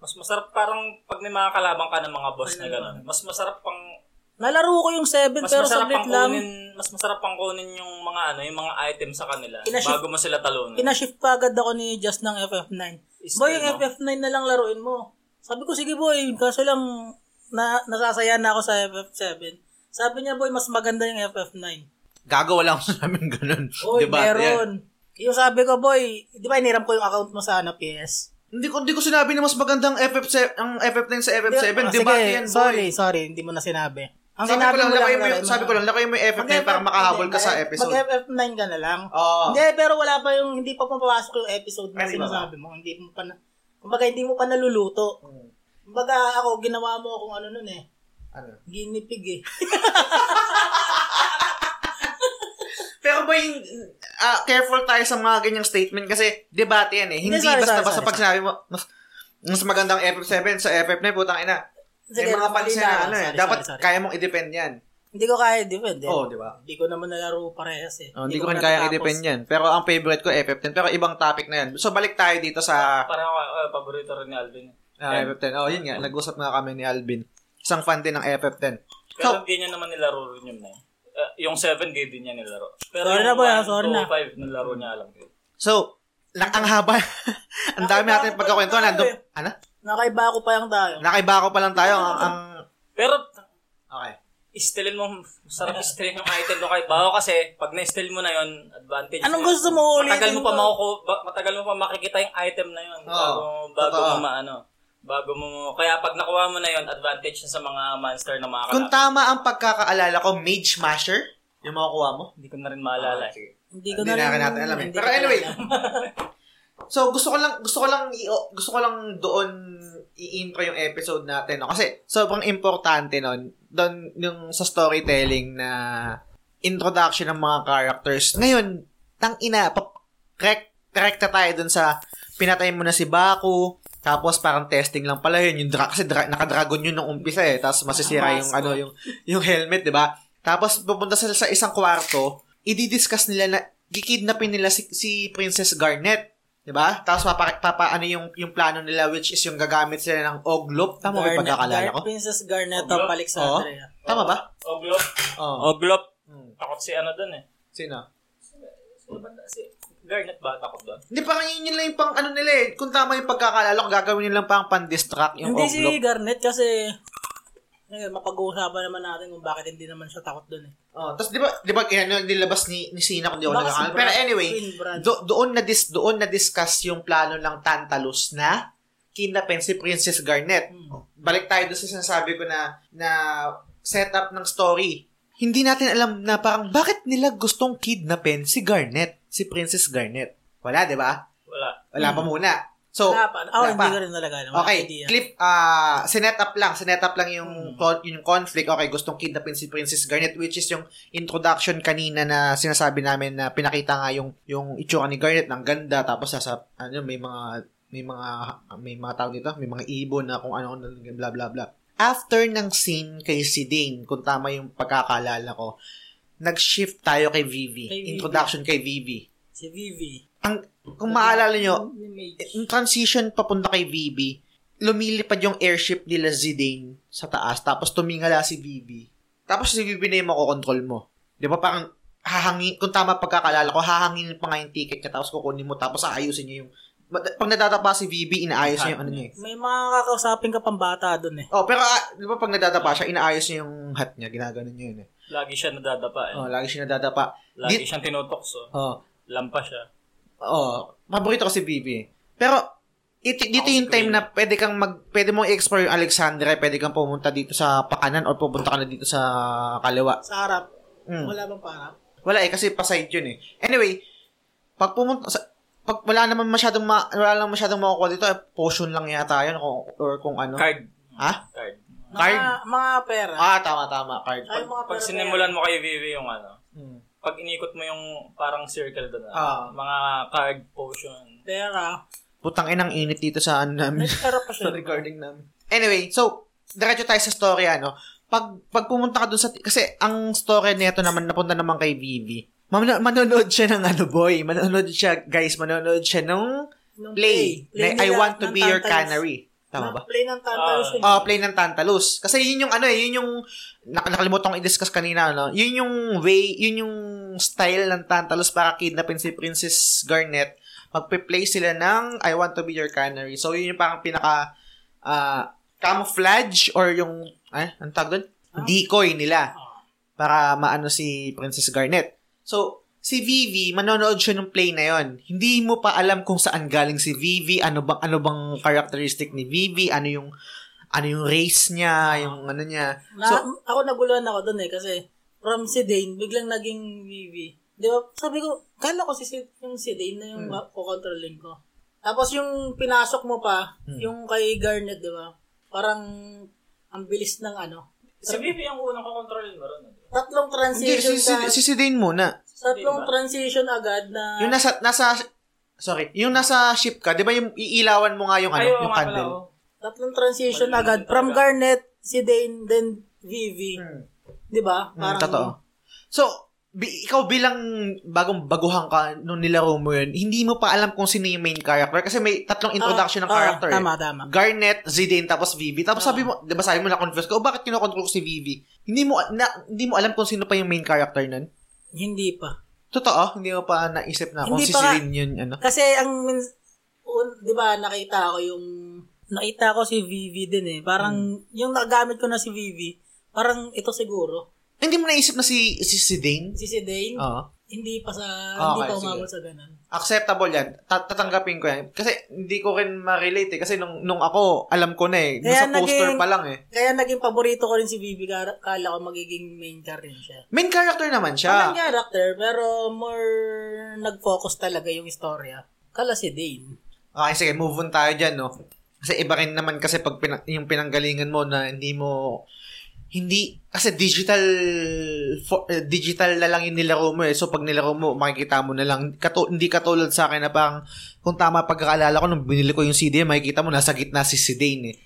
Speaker 4: mas masarap parang pag may mga kalabang ka ng mga boss na gano'n. Mas masarap pang,
Speaker 3: Nalaro ko yung 7
Speaker 4: mas
Speaker 3: pero
Speaker 4: masarap
Speaker 3: saglit
Speaker 4: pang
Speaker 3: lang.
Speaker 4: kunin, mas masarap pang kunin yung mga ano, yung mga item sa kanila
Speaker 3: Kinashift-
Speaker 4: bago mo sila talunin.
Speaker 3: Pinashift pa agad ako ni Just ng FF9.
Speaker 4: Is
Speaker 3: Boy, yung
Speaker 4: there, no?
Speaker 3: FF9 na lang laruin mo. Sabi ko, sige boy, kaso lang na, nasasaya na ako sa FF7. Sabi niya, boy, mas maganda yung FF9.
Speaker 2: Gagawa lang sa namin ganun.
Speaker 3: Boy,
Speaker 2: di ba? Yan.
Speaker 3: meron. Yung sabi ko, boy, di ba iniram ko yung account mo sa ano, PS?
Speaker 2: Hindi ko, hindi ko sinabi na mas magandang FF7, ang FF9 sa FF7.
Speaker 3: Ah,
Speaker 2: Di ba?
Speaker 3: sige,
Speaker 2: Yan, boy.
Speaker 3: sorry, sorry, hindi mo na sinabi. Ang
Speaker 2: Sabi ko lang, lakayin mo,
Speaker 3: laro
Speaker 2: yung- sabi ko lang, lakayin mo yung FF9
Speaker 3: Mag-
Speaker 2: para makahabol ka sa
Speaker 3: mag-
Speaker 2: episode.
Speaker 3: Mag FF9 ka na lang.
Speaker 2: Oo.
Speaker 3: Hindi, pero wala pa yung, hindi pa pumapasok yung episode na
Speaker 2: Ay, di ba
Speaker 3: sinasabi mo. Hindi mo pa na, kumbaga hindi mo pa naluluto. Kumbaga ako, ginawa mo kung ano nun eh.
Speaker 2: Ano?
Speaker 3: Ginipig eh.
Speaker 2: Pero ba yung, ah, careful tayo sa mga ganyang statement kasi debate yan eh. Hindi
Speaker 3: Hindi, sorry,
Speaker 2: basta-basta
Speaker 3: sorry,
Speaker 2: pag sinabi mo, mas, mas magandang FF7 sa FF9, putang ina. Sige,
Speaker 3: Sige,
Speaker 2: mga
Speaker 3: mali
Speaker 2: pansin
Speaker 3: na.
Speaker 2: na, ano eh.
Speaker 3: Sorry,
Speaker 2: Dapat
Speaker 3: sorry, sorry.
Speaker 2: kaya mong i-depend yan.
Speaker 3: Hindi ko kaya i-defend eh.
Speaker 2: Oo, di ba?
Speaker 3: Hindi ko naman nalaro parehas eh.
Speaker 2: Oh, hindi ko rin kaya
Speaker 3: natapos.
Speaker 2: i-depend yan. Pero ang favorite ko, FF10. Pero ibang topic na yan. So, balik tayo dito sa
Speaker 4: Parang ako, eh, paborito rin ni Alvin.
Speaker 2: ah, FF10. Oh, yun nga. Nag-usap nga kami ni Alvin. Isang fan din ng FF10.
Speaker 4: Pero hindi niya naman nilaro rin yun na yun. Eh, yung 7 game din niya nilaro. Pero
Speaker 3: Sorry na,
Speaker 4: yung
Speaker 3: boy, ah,
Speaker 4: 1,
Speaker 3: sorry
Speaker 4: 2,
Speaker 3: na.
Speaker 4: 5 nilaro niya alam ko.
Speaker 2: So, nak ang haba. ang dami natin pagkakwento. Nandun, ano?
Speaker 3: Nakaiba ako pa lang tayo.
Speaker 2: Nakaiba ko pa lang tayo. Ang, ang,
Speaker 4: Pero,
Speaker 2: okay.
Speaker 4: istilin mo, sarap istilin yung item do kay Bao kasi pag na-istil mo na yun, advantage.
Speaker 3: Anong
Speaker 4: na yun.
Speaker 3: gusto mo ulitin
Speaker 4: Matagal mo pa
Speaker 3: to?
Speaker 4: makuku, ba- matagal mo pa makikita yung item na yun bago, bago
Speaker 2: totoo.
Speaker 4: mo maano. Bago mo, kaya pag nakuha mo na yun, advantage na sa mga monster na mga
Speaker 2: Kung
Speaker 4: kalaban.
Speaker 2: tama ang pagkakaalala ko, Mage Masher, yung makukuha mo.
Speaker 4: Hindi ko na rin maalala.
Speaker 2: Ah,
Speaker 4: eh.
Speaker 3: Hindi ko
Speaker 2: Hindi
Speaker 3: na
Speaker 2: na
Speaker 3: rin-
Speaker 2: natin alam eh.
Speaker 3: hindi
Speaker 2: Pero
Speaker 3: ko na
Speaker 2: anyway,
Speaker 3: alam.
Speaker 2: So gusto ko lang gusto ko lang i- o- gusto ko lang doon i-intro yung episode natin no kasi sobrang importante noon doon yung sa storytelling na introduction ng mga characters. Ngayon, tang ina pa- correct correct na tayo doon sa pinatay mo na si Baku tapos parang testing lang pala yun yung dra- kasi dra- naka-dragon yun nung umpisa eh tapos masisira yung ano yung yung helmet 'di ba? Tapos pupunta sila sa isang kwarto, i-discuss nila na kikidnapin nila si, si Princess Garnet. 'di ba? Tapos papa, papa ano yung yung plano nila which is yung gagamit sila ng oglop. Tama ba 'yung pagkakalala
Speaker 3: Gar-
Speaker 2: ko? Oh.
Speaker 3: Princess Garnet of
Speaker 4: Oglop?
Speaker 3: Alexandria.
Speaker 2: Tama ba?
Speaker 4: Oglop.
Speaker 2: Oo.
Speaker 4: Oglop.
Speaker 2: Hmm.
Speaker 4: Takot si ano dun eh.
Speaker 2: Sino?
Speaker 4: Sino ba na- Si Garnet ba takot dun?
Speaker 2: Hindi parang yun yun lang yung pang ano nila eh. Kung tama yung pagkakalala ko, gagawin nila pang pan-distract yung
Speaker 3: hindi
Speaker 2: oglop.
Speaker 3: si Garnet kasi eh, mapag-uusapan naman natin kung bakit hindi naman siya takot doon eh.
Speaker 2: Oh, tapos 'di ba 'di ba kaya ano, nilabas ni ni Sina kung di ako
Speaker 3: Baka si
Speaker 2: nagkakamali.
Speaker 3: Brad-
Speaker 2: Pero anyway,
Speaker 3: Queen Brad.
Speaker 2: do, doon na dis doon na discuss yung plano ng Tantalus na kidnapin si Princess Garnet.
Speaker 3: Hmm.
Speaker 2: Balik tayo doon sa sinasabi ko na na setup ng story. Hindi natin alam na parang bakit nila gustong kidnapin si Garnet, si Princess Garnet. Wala, 'di ba?
Speaker 4: Wala.
Speaker 2: Wala pa muna. So,
Speaker 3: Hmm. Wala pa. Oh,
Speaker 2: wala
Speaker 3: hindi
Speaker 2: pa.
Speaker 3: ko rin talaga alam. Wala
Speaker 2: Okay,
Speaker 3: idea. Hmm.
Speaker 2: clip, ah, sinet up lang, sinet up lang yung, con- yung conflict. Okay, gustong kidnapin si Princess Garnet, which is yung introduction kanina na sinasabi namin na pinakita nga yung, yung itsura ni Garnet ng ganda, tapos sa, sa- ano, may mga, may mga, may mga tawag dito, may mga ibon na kung ano, bla bla bla. After ng scene kay si Dane, kung tama yung pagkakalala ko, nag-shift tayo kay Vivi.
Speaker 3: Kay Vivi.
Speaker 2: Introduction kay Vivi.
Speaker 3: Si Vivi.
Speaker 2: Ang, kung maalala nyo,
Speaker 3: Ni Mage.
Speaker 2: yung transition papunta kay Vivi, lumilipad yung airship nila Zidane sa taas, tapos tumingala si Vivi. Tapos si Vivi na yung makokontrol mo. Di ba parang hahangin, kung tama pagkakalala ko, hahangin pa nga yung ticket niya, tapos kukunin mo, tapos aayusin niya yung But, pag natatapa si VB, inaayos niya yung ano niya eh.
Speaker 3: May mga kakausapin ka pang bata doon eh.
Speaker 2: Oh, pero ah, di ba pag natatapa siya, inaayos niya yung hat niya, ginagano niya yun eh.
Speaker 4: Lagi siya nadadapa eh.
Speaker 2: Oh, lagi siya nadadapa. Di-
Speaker 4: Lagi siyang tinutokso.
Speaker 2: Oh,
Speaker 4: Lampa siya.
Speaker 2: Oo. Paborito ko si Bibi. Pero, it, dito
Speaker 4: Ako si
Speaker 2: yung time
Speaker 4: Queen.
Speaker 2: na pwede kang mag, pwede mong explore yung Alexandria, pwede kang pumunta dito sa pakanan or pupunta ka na dito sa kaliwa.
Speaker 3: Sa harap.
Speaker 2: Mm. Wala.
Speaker 3: Wala bang parang?
Speaker 2: eh, kasi paside yun eh. Anyway, pag pumunta, sa, pag wala naman masyadong, ma, wala lang masyadong makukuha dito, eh, potion lang yata yun, kung, or kung ano.
Speaker 4: Card.
Speaker 2: Ha?
Speaker 4: Card.
Speaker 3: Mga,
Speaker 2: Card?
Speaker 3: mga pera.
Speaker 2: Ah, tama, tama, card.
Speaker 3: Ay, mga
Speaker 4: Pag
Speaker 3: pera-pera.
Speaker 4: sinimulan mo kay Vivi yung ano,
Speaker 2: Mm.
Speaker 4: pag inikot mo yung parang circle doon,
Speaker 2: Ah.
Speaker 4: ah, mga card potion.
Speaker 3: Pera.
Speaker 2: Putang inang init dito sa ano namin.
Speaker 3: May pera pa siya.
Speaker 2: sa recording namin. Anyway, so, diretso tayo sa story, ano. Pag, pag pumunta ka dun sa, kasi ang story nito naman, napunta naman kay Vivi. Mano- manonood siya ng ano, boy. Manonood siya, guys, manonood siya ng
Speaker 3: Nung
Speaker 2: play.
Speaker 3: Play
Speaker 2: na, I
Speaker 3: nila
Speaker 2: want to
Speaker 3: ng
Speaker 2: be your
Speaker 3: Tantalus.
Speaker 2: canary. Tama ba?
Speaker 3: Na- Play ng Tantalus. eh.
Speaker 4: Ah.
Speaker 3: yun.
Speaker 2: Oh, play ng Tantalus. Kasi yun yung ano eh, yun yung nak- nakalimutan kong i-discuss kanina, ano. Yun yung way, yun yung style ng Tantalus para kidnapin si Princess Garnet. Magpe-play sila ng I Want to Be Your Canary. So yun yung parang pinaka ah, camouflage or yung eh, ang tawag doon? Decoy nila para maano si Princess Garnet. So, si Vivi, manonood siya ng play na yon. Hindi mo pa alam kung saan galing si Vivi, ano bang ano bang characteristic ni Vivi, ano yung ano yung race niya, yung ano niya.
Speaker 3: Na,
Speaker 2: So,
Speaker 3: ako naguluhan ako doon eh kasi from si Dane, biglang naging Vivi. Di ba? Sabi ko, kala ko si, si- yung si Dane na yung hmm. kukontrolin ko. Tapos yung pinasok mo pa,
Speaker 2: Hmm.
Speaker 3: yung kay Garnet, di ba? Parang ang bilis ng ano.
Speaker 4: Si Vivi ang unang kukontrolin mo ron. eh.
Speaker 3: Tatlong
Speaker 2: hindi,
Speaker 3: transition
Speaker 2: si, si,
Speaker 3: ka-
Speaker 2: si, si Dane muna.
Speaker 3: tatlong
Speaker 4: Diba?
Speaker 3: transition agad na
Speaker 2: Yung nasa, nasa, sorry, yung nasa ship ka, di ba yung iilawan mo nga yung ano,
Speaker 4: Ayaw
Speaker 2: yung
Speaker 4: nga pala.
Speaker 2: candle.
Speaker 4: oh.
Speaker 3: tatlong transition
Speaker 4: Mali-
Speaker 3: agad
Speaker 4: talaga.
Speaker 3: from Garnet, si Dane, then Vivi.
Speaker 2: Hmm.
Speaker 3: Di ba?
Speaker 2: Mm, totoo. So, bi- ikaw bilang bagong baguhan ka nung nilaro mo yun, hindi mo pa alam kung sino yung main character kasi may tatlong introduction ng
Speaker 3: Ah, ah,
Speaker 2: character. eh.
Speaker 3: Tama, Ah. tama.
Speaker 2: Garnet, Zidane, tapos Vivi. Tapos sabi mo, di ba sabi mo na-confuse ko, oh, bakit kinokontrol ko si Vivi? Hindi mo, na, hindi mo alam kung sino pa yung main character nun?
Speaker 3: Hindi pa.
Speaker 2: Totoo, hindi mo pa naisip na kung
Speaker 3: Hindi
Speaker 2: si
Speaker 3: pa nga.
Speaker 2: Zidane yun, ano?
Speaker 3: Kasi ang min- un- 'di ba nakita ko yung nakita ko si Vivi din eh.
Speaker 2: Hmm.
Speaker 3: Parang yung nagamit ko na si Vivi, parang ito siguro.
Speaker 2: Hindi mo naisip na si, si Zidane?
Speaker 3: Si si Dane,
Speaker 2: Oo.
Speaker 3: hindi pa sa
Speaker 2: Oh. Ah,
Speaker 3: hindi
Speaker 2: okay,
Speaker 3: pa
Speaker 2: sige.
Speaker 3: umabot sa ganun.
Speaker 2: acceptable yan. Ta- tatanggapin ko yan. Kasi hindi ko rin ma-relate eh. Kasi nung, nung ako, alam ko na eh. Nung
Speaker 3: Kaya
Speaker 2: sa poster
Speaker 3: naging-
Speaker 2: pa lang eh.
Speaker 3: Kaya naging paborito ko rin si Vivi, kara- kala ko magiging main car rin siya.
Speaker 2: Main character naman
Speaker 3: Siya.
Speaker 2: siya.
Speaker 3: character, pero more nag-focus talaga yung istorya. Kala si Dane.
Speaker 2: Okay, sige, move on tayo dyan, no? Kasi iba rin naman kasi pag pina- yung pinanggalingan mo na hindi mo hindi kasi digital for, eh, digital na lang yung nilaro mo eh. So pag nilaro mo, makikita mo na lang. Kato, hindi katulad sa akin na parang kung tama pagkakaalala ko nung binili ko yung CD, makikita mo nasa gitna si Zidane eh.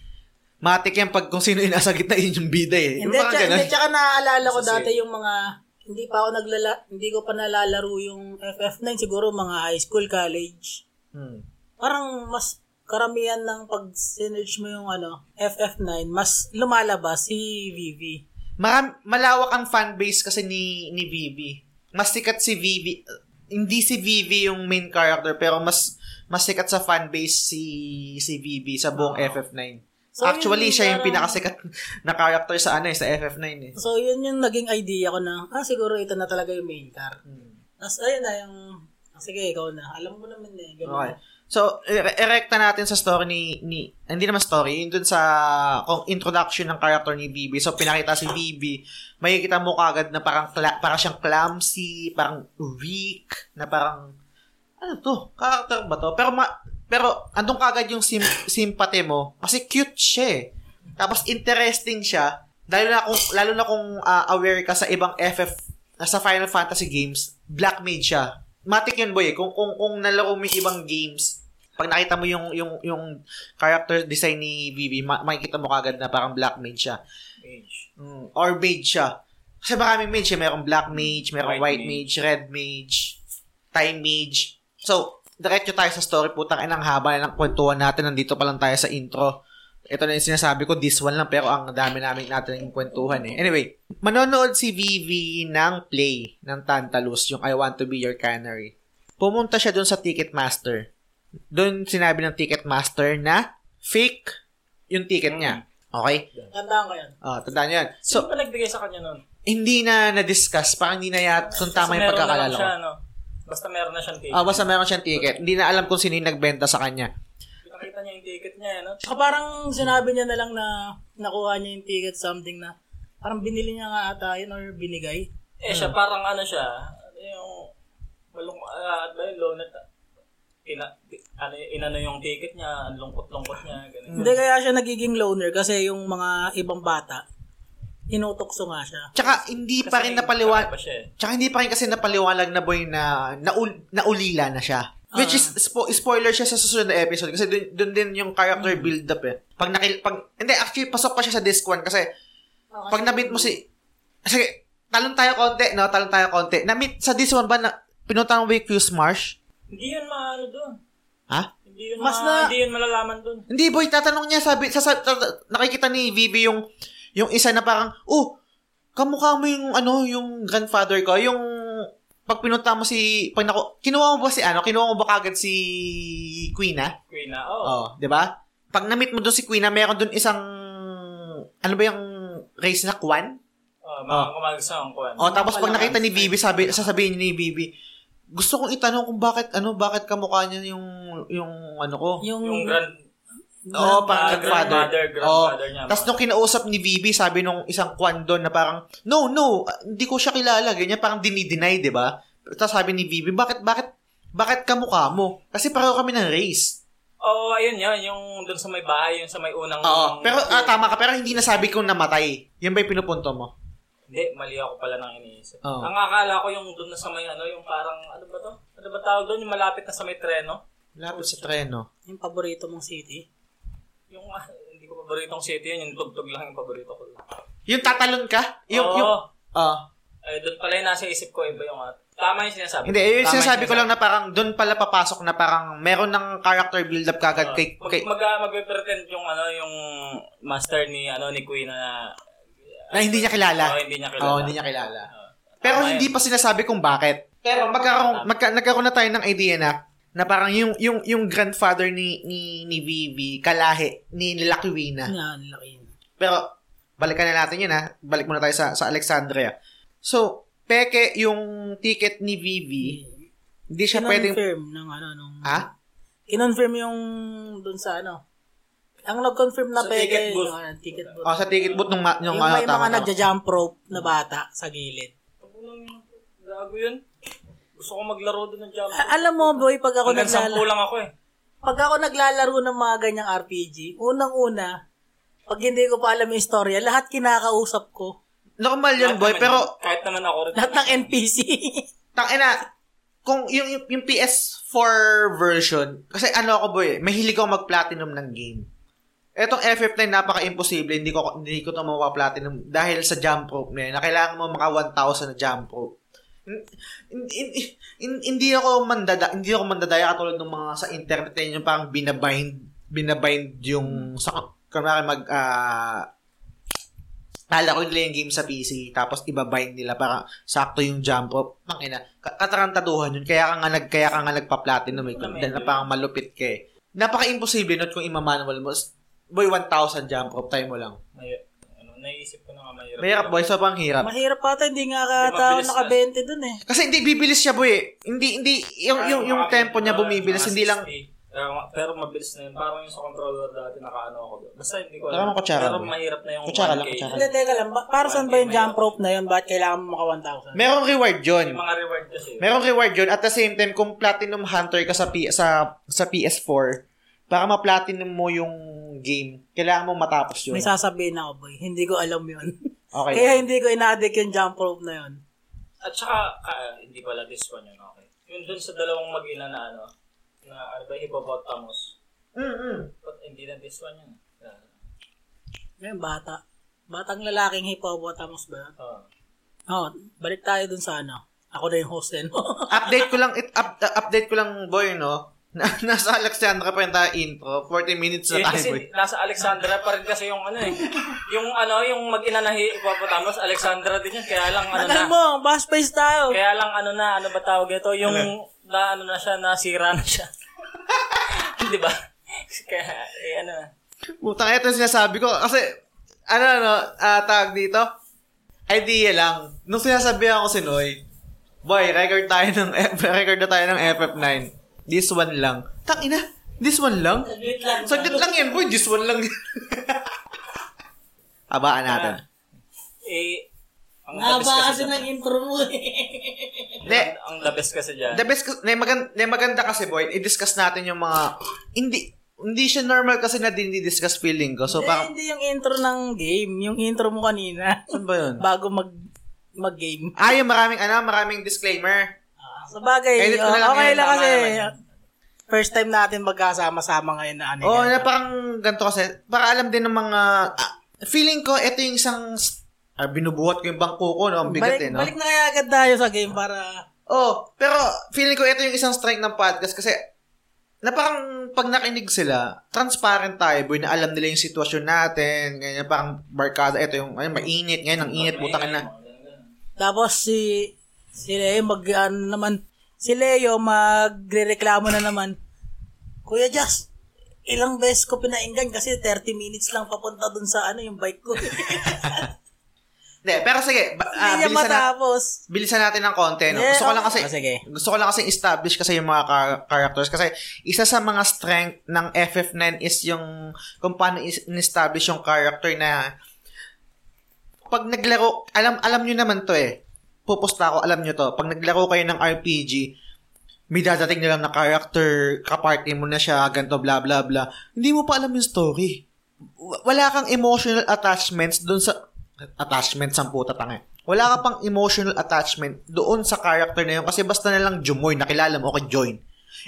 Speaker 2: Matik yan pag kung sino yung nasa gitna, yun yung bida eh. Yung
Speaker 3: Hindi,
Speaker 2: parang
Speaker 3: tsaka,
Speaker 2: ganun.
Speaker 3: hindi, tsaka naaalala ko
Speaker 4: Sa
Speaker 3: dati yung mga, hindi pa ako naglala, hindi ko pa nalalaro yung FF9, siguro mga high school, college.
Speaker 2: Hmm.
Speaker 3: Parang mas karamihan ng pag sinerge mo yung ano, FF9, mas lumalabas si Vivi.
Speaker 2: Maram, malawak ang fanbase kasi ni ni Vivi. Mas sikat si Vivi. uh, Hindi si Vivi yung main character pero mas mas sikat sa fanbase si si Vivi sa buong FF9.
Speaker 3: So,
Speaker 2: Actually,
Speaker 3: yun yung
Speaker 2: siya yung
Speaker 3: parang-
Speaker 2: pinakasikat na character sa ano eh, sa FF9 eh.
Speaker 3: So, yun yung naging idea ko na, ah, siguro ito na talaga yung main car.
Speaker 2: Hmm.
Speaker 3: Tapos, ayun na yung, ah, sige, ikaw na. Alam mo naman eh. Ganun.
Speaker 2: Okay. So, ire- erekta natin sa story ni, ni hindi naman story, yun dun sa kung introduction ng character ni Bibi. So, pinakita si Bibi, makikita mo kagad na parang, cla- parang siyang clumsy, parang weak, na parang, ano to, character ba to? Pero, ma- pero andun kagad yung sim- sympathy mo, kasi cute siya eh. Tapos, interesting siya, lalo na kung, lalo na kung ah, aware ka sa ibang FF, sa Final Fantasy games, Black Mage siya matik yun boy eh. kung kung kung nalaro mo yung ibang games pag nakita mo yung yung yung character design ni Vivi ma- makikita mo kagad na parang black mage siya
Speaker 4: Mage.
Speaker 2: mm. or mage siya kasi maraming mage eh. merong black mage merong white,
Speaker 4: White
Speaker 2: mage. red mage time mage so diretso tayo sa story putang inang haba na ng kwentuhan natin nandito pa lang tayo sa intro ito na yung sinasabi ko, this one lang, pero ang dami namin natin yung kwentuhan eh. Anyway, manonood si Vivi ng play ng Tantalus, yung I Want to Be Your Canary. Pumunta siya dun sa Ticketmaster. Doon sinabi ng Ticketmaster na fake yung ticket niya. Okay?
Speaker 3: Tandaan ko yun.
Speaker 2: Ah, tandaan niyo yan. So,
Speaker 4: Sino ba nagbigay sa kanya nun?
Speaker 2: hindi na na-discuss, parang hindi na yata kung tama yung
Speaker 4: Basta meron na lang
Speaker 2: pagkakalala ko.
Speaker 4: siya, ano? Basta meron na siyang ticket.
Speaker 2: Ah, basta meron siyang ticket. Hindi na alam kung sino yung nagbenta sa kanya.
Speaker 4: Nakita niya yung ticket niya, ano?
Speaker 3: Tsaka parang sinabi niya na lang na nakuha niya yung ticket something na parang binili niya nga ata yun or binigay.
Speaker 4: Eh, siya
Speaker 2: Hmm.
Speaker 4: parang ano siya, ano yung malung ah, ano ba yun, low net, ina, ano, inano yung ticket niya, ang lungkot-lungkot niya,
Speaker 2: Hmm.
Speaker 4: ganun.
Speaker 3: Hindi kaya siya nagiging loner kasi yung mga ibang bata, inutokso nga siya.
Speaker 2: Tsaka hindi pa rin napaliwan.
Speaker 4: Pa siya eh.
Speaker 2: Tsaka hindi pa rin kasi napaliwanag na boy na naul, naulila na siya. Which
Speaker 4: Ah.
Speaker 2: is, spo- spoiler siya sa susunod na episode kasi dun, dun din yung character
Speaker 4: Mm.
Speaker 2: build-up eh. Pag nakil, pag, hindi, actually, pasok pa siya sa disc one kasi pag na-meet mo si, sige, talon tayo konti, no? Talon tayo konti. Na-meet sa disc one ba, na, pinunta mo ba yung Q's Marsh?
Speaker 4: Hindi yun maano doon.
Speaker 2: Ha?
Speaker 4: Hindi yun,
Speaker 3: Mas
Speaker 4: ma-
Speaker 3: na-
Speaker 4: hindi yun malalaman doon.
Speaker 2: Hindi boy, tatanong niya, sabi, sa, sa- ta- nakikita ni Vivi yung, yung isa na parang, oh, kamukha mo yung, ano, yung grandfather ko, yung, pag pinunta mo si, pag naku, kinuha mo ba si, ano, kinuha mo ba kagad si Queen, ah?
Speaker 4: Queen na, oh.
Speaker 2: Oo, di ba? Pag na-meet mo doon si Queen, na meron doon isang, ano ba yung race na Kwan?
Speaker 4: Oh, mga kumagsang kuwan.
Speaker 2: O, tapos pag nakita ni Bibi, sabi, sasabihin ni Bibi, gusto kong itanong kung bakit, ano, bakit kamukha niya yung, yung, ano ko,
Speaker 3: Yung,
Speaker 4: Yung grand,
Speaker 2: Oo, Oh, parang
Speaker 4: Ah,
Speaker 2: grandfather. Oh.
Speaker 4: grandmother, grandfather niya.
Speaker 2: Tapos nung kinausap ni Vivi, sabi nung isang kwan doon na parang, no, no, ah, hindi ko siya kilala. Ganyan, parang dinideny, di ba? Tapos sabi ni Vivi, bakit, bakit, bakit kamukha mo? Kasi pareho kami ng race.
Speaker 4: Oo, oh, ayun yun, yung doon sa may bahay, yung sa may unang...
Speaker 2: Oo. Pero, ah, tama ka, pero hindi nasabi kong namatay. Yan ba yung pinupunto mo?
Speaker 4: Hindi, mali ako pala nang iniisip.
Speaker 2: Oo.
Speaker 4: Ang akala ko yung doon na sa may ano, yung parang, ano ba to? Ano ba tawag doon? Yung malapit na sa may treno?
Speaker 2: Lapit sa treno.
Speaker 3: yung paborito mong city.
Speaker 4: Yung, ah, hindi ko paboritong city yun, yung tugtog lang yung paborito ko.
Speaker 2: Yung tatalon ka? Yung,
Speaker 4: Oo.
Speaker 2: yung, ah.
Speaker 4: Eh, doon pala yung nasa isip ko, iba yung, ah, tama yung sinasabi.
Speaker 2: Hindi, eh, yung sinasabi ko lang na parang doon pala papasok na parang meron ng character build-up kagad kay,
Speaker 4: Mag,
Speaker 2: kay,
Speaker 4: mag, ah, magpe-pretend yung, ano, yung master ni, ano, ni Queen na,
Speaker 2: na hindi niya kilala.
Speaker 4: Oo, hindi niya kilala.
Speaker 2: Oo, hindi niya kilala. Pero hindi pa sinasabi kung bakit. Pero magkaroon, magka, nagkaroon na tayo ng idea na na parang yung yung yung grandfather ni ni ni Vivi kalahi ni nila Quina.
Speaker 3: Yan, laki yun.
Speaker 2: Pero balikan na natin yun ha. Balik muna tayo sa sa Alexandria. So, peke yung ticket ni Vivi. Hindi siya pwedeng
Speaker 3: Kinonfirm ng ano, nung...
Speaker 2: ha?
Speaker 3: Kinonfirm yung dun sa ano. Ang nag-confirm na
Speaker 4: Sa
Speaker 3: peke,
Speaker 4: ticket booth.
Speaker 3: yung ano, ticket booth.
Speaker 2: O sa ticket booth nung ma- nung
Speaker 3: yung
Speaker 2: ano
Speaker 3: may
Speaker 2: Oh, tama,
Speaker 3: mga
Speaker 2: tama.
Speaker 3: nagja-jump rope na bata sa gilid.
Speaker 4: Gago yun. Gusto ko maglaro doon ng jump.
Speaker 3: A- alam mo, boy, pag ako
Speaker 4: Hanggang
Speaker 3: naglalaro...
Speaker 4: sampu lang ako eh.
Speaker 3: pag ako naglalaro ng mga ganyang RPG, unang-una, pag hindi ko pa alam yung istorya, lahat kinakausap ko.
Speaker 2: Normal yun boy,
Speaker 4: Kahit
Speaker 2: pero
Speaker 4: naman- Kahit naman ako rin.
Speaker 3: Lahat ng NPC.
Speaker 2: Tangina, kung yung, yung, yung PS4 version, kasi ano ako boy, mahilig ako mag-platinum ng game. Etong FF9 napaka-imposible, hindi ko hindi ko to mapaplatinum dahil sa jump rope na yun, na kailangan mo maka 1,000 na jump rope. Hin- hin- hin- Hindi ako mandada, hindi ako mandadaya katulad ng mga sa internet na yun, yung parang binabind, binabind yung sa kunwari mag ah, Kala ko nila yung game sa PC, tapos ibabind nila para sakto yung jump up. Makina, katarantaduhan yun. Kaya ka nga, nag, kaya ka nga nagpa-platinum eh. Kung- Dahil na parang malupit ka eh. Napaka-imposible nun kung imamanual mo. S- Boy, 1,000 jump up. Time mo lang.
Speaker 4: May, ano, naisip ko na nga mahirap.
Speaker 2: Mahirap boy, sobrang hirap.
Speaker 3: Mahirap ata, hindi nga ka
Speaker 4: Hindi,
Speaker 3: tao
Speaker 4: mabilis
Speaker 3: naka-20 dun eh.
Speaker 2: Kasi hindi bibilis siya boy. eh. Hindi, hindi, yung, yung, yung
Speaker 4: Parang
Speaker 2: tempo niya
Speaker 4: mga-
Speaker 2: bumibilis.
Speaker 4: mga
Speaker 2: Hindi lang,
Speaker 4: 60. Pero, pero mabilis na yun. Parang yung sa controller dati nakaano ako doon. Basta hindi ko
Speaker 2: Tama, kutsara
Speaker 4: Pero
Speaker 2: mo.
Speaker 4: mahirap na yung
Speaker 2: Kutsara
Speaker 4: 1K.
Speaker 2: lang, kutsara.
Speaker 3: Hindi, teka lang. Ba- para saan ba yung jump rope na yun? Bakit kailangan mo maka 1,000?
Speaker 2: merong reward yun.
Speaker 4: Yung mga reward kasi.
Speaker 2: Merong reward yun. At the same time, kung platinum hunter ka sa, P- sa, sa PS4, para ma-platinum mo yung game, kailangan mo matapos yun.
Speaker 3: May sasabihin ako, boy. Hindi ko alam yun.
Speaker 2: Okay.
Speaker 3: Kaya hindi ko inadik yung jump rope na yun.
Speaker 4: At saka, ka- hindi pala this one yun. Okay. Yun dun sa dalawang mag-ina na ano, na ano ba, hippopotamus.
Speaker 2: Mm-mm.
Speaker 4: But hindi na this one yun. Yeah.
Speaker 3: Ngayon, bata. Batang lalaking hippopotamus ba? yun?
Speaker 4: Oh.
Speaker 2: Ah.
Speaker 3: Oo, balik tayo dun sa ano. Ako na yung host eh, no?
Speaker 2: update ko lang it, up- uh, update ko lang boy no na, nasa Alexandra pa yung tayo intro 40 minutes
Speaker 4: Eh,
Speaker 2: na tayo
Speaker 4: kasi
Speaker 2: boy
Speaker 4: nasa Alexandra pa rin kasi yung ano eh. Yung ano, yung mag-ina na hippopotamus, Alexandra din yun. Kaya lang ano na.
Speaker 3: Tagal mo, fast pace tayo.
Speaker 4: ano Kaya lang ano na, ano ba tawag ito? Yung na ano na siya, nasira na siya. Di ba? Kaya, eh, ano,
Speaker 2: Utang, ito yung sinasabi ko. Kasi, ano, ano, ah, tawag dito? Idea lang. Nung sinasabi ako si Noy, boy, record tayo ng, record na tayo ng FF9. This one lang. Tang ina, this one lang?
Speaker 3: Saglit lang.
Speaker 2: Saglit lang yan, boy. This one lang. Abaan natin.
Speaker 4: eh, ang labis
Speaker 3: Haba kasi
Speaker 4: kasi,
Speaker 3: ng intro mo eh.
Speaker 2: De,
Speaker 4: ang, ang labis kasi dyan.
Speaker 2: the best, kas- na maganda, na maganda kasi, boy, i-discuss natin yung mga, hindi, hindi siya normal kasi na dinidiscuss feeling ko. So,
Speaker 3: eh,
Speaker 2: parang,
Speaker 3: hindi yung intro ng game. Yung intro mo kanina.
Speaker 2: saan ba yun?
Speaker 3: Bago mag mag-game.
Speaker 2: Ah, yung maraming, ano, maraming disclaimer.
Speaker 3: Sa bagay,
Speaker 2: Edit ko na lang
Speaker 3: okay
Speaker 2: ngayon,
Speaker 3: lang
Speaker 2: tama
Speaker 3: kasi
Speaker 2: naman.
Speaker 3: first time natin magkasama-sama ngayon na ano
Speaker 2: Oo, oh,
Speaker 3: yan.
Speaker 2: na parang ganito kasi, para alam din ng mga, ah, feeling ko, ito yung isang, ah, binubuhat ko yung bangko ko, no? Ang bigat
Speaker 3: balik,
Speaker 2: eh, no?
Speaker 3: balik na kaya agad tayo sa game para
Speaker 2: Oh, pero feeling ko ito yung isang strength ng podcast kasi na parang pag nakinig sila, transparent tayo, boy, na alam nila yung sitwasyon natin, ganyan, parang barkada, ito yung, ayun, mainit, ngayon, ang init, putang na.
Speaker 3: Tapos si si Leo mag ano naman si Leo magrereklamo na naman. Kuya Jazz, ilang beses ko pinainggan kasi 30 minutes lang papunta dun sa ano yung bike ko. Hindi
Speaker 2: Hindi, pero sige, ba, ah,
Speaker 3: niya
Speaker 2: bilisan, na,
Speaker 3: matapos.
Speaker 2: bilisan natin ng konti, no?
Speaker 3: Yeah,
Speaker 2: Gusto ko lang kasi,
Speaker 3: okay. Ah, sige.
Speaker 2: gusto ko lang kasi establish kasi yung mga char- characters kasi isa sa mga strength ng FF9 is yung kung paano is- in-establish yung character na pag naglaro, alam alam nyo naman to eh. Pupusta ako, alam nyo to. Pag naglaro kayo ng RPG, may dadating na lang na character, kaparty mo na siya, ganito, bla bla bla. Hindi mo pa alam yung story. W- Wala kang emotional attachments doon sa... Attachments ang puta tanga. Wala ka pang emotional attachment doon sa character na yun kasi basta na lang jumoy, nakilala mo, okay, join.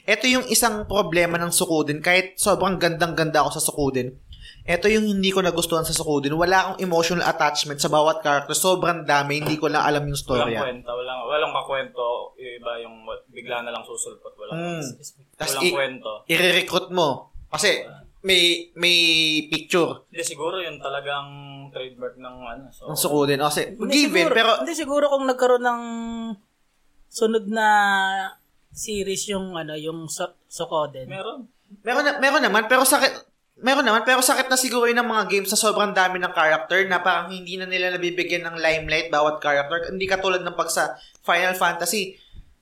Speaker 2: Ito yung isang problema ng Sukudin. Kahit sobrang gandang-ganda ako sa Sukudin, ito yung hindi ko nagustuhan sa Sukudin. Wala akong emotional attachment sa bawat character. Sobrang dami, hindi ko lang alam yung
Speaker 4: Walang
Speaker 2: storya.
Speaker 4: kwenta, walang, walang kakwento. Yung iba yung wa- bigla na lang susulpot. Walang,
Speaker 2: Mm. Tas
Speaker 4: walang
Speaker 2: i-
Speaker 4: kwento.
Speaker 2: i-recruit mo. Kasi may may picture
Speaker 4: Hindi, siguro yun talagang trademark ng ano. So,
Speaker 2: ng sukudin. O, Kasi
Speaker 3: Hindi,
Speaker 2: given,
Speaker 3: siguro,
Speaker 2: pero
Speaker 3: hindi siguro kung nagkaroon ng sunod na series yung ano yung so- Sokoden.
Speaker 4: meron.
Speaker 2: meron, na, meron naman, pero sakit Meron naman, pero sakit na siguro yun ng mga games na sobrang dami ng character na parang hindi na nila nabibigyan ng limelight bawat character. Hindi katulad ng pag sa Final Fantasy.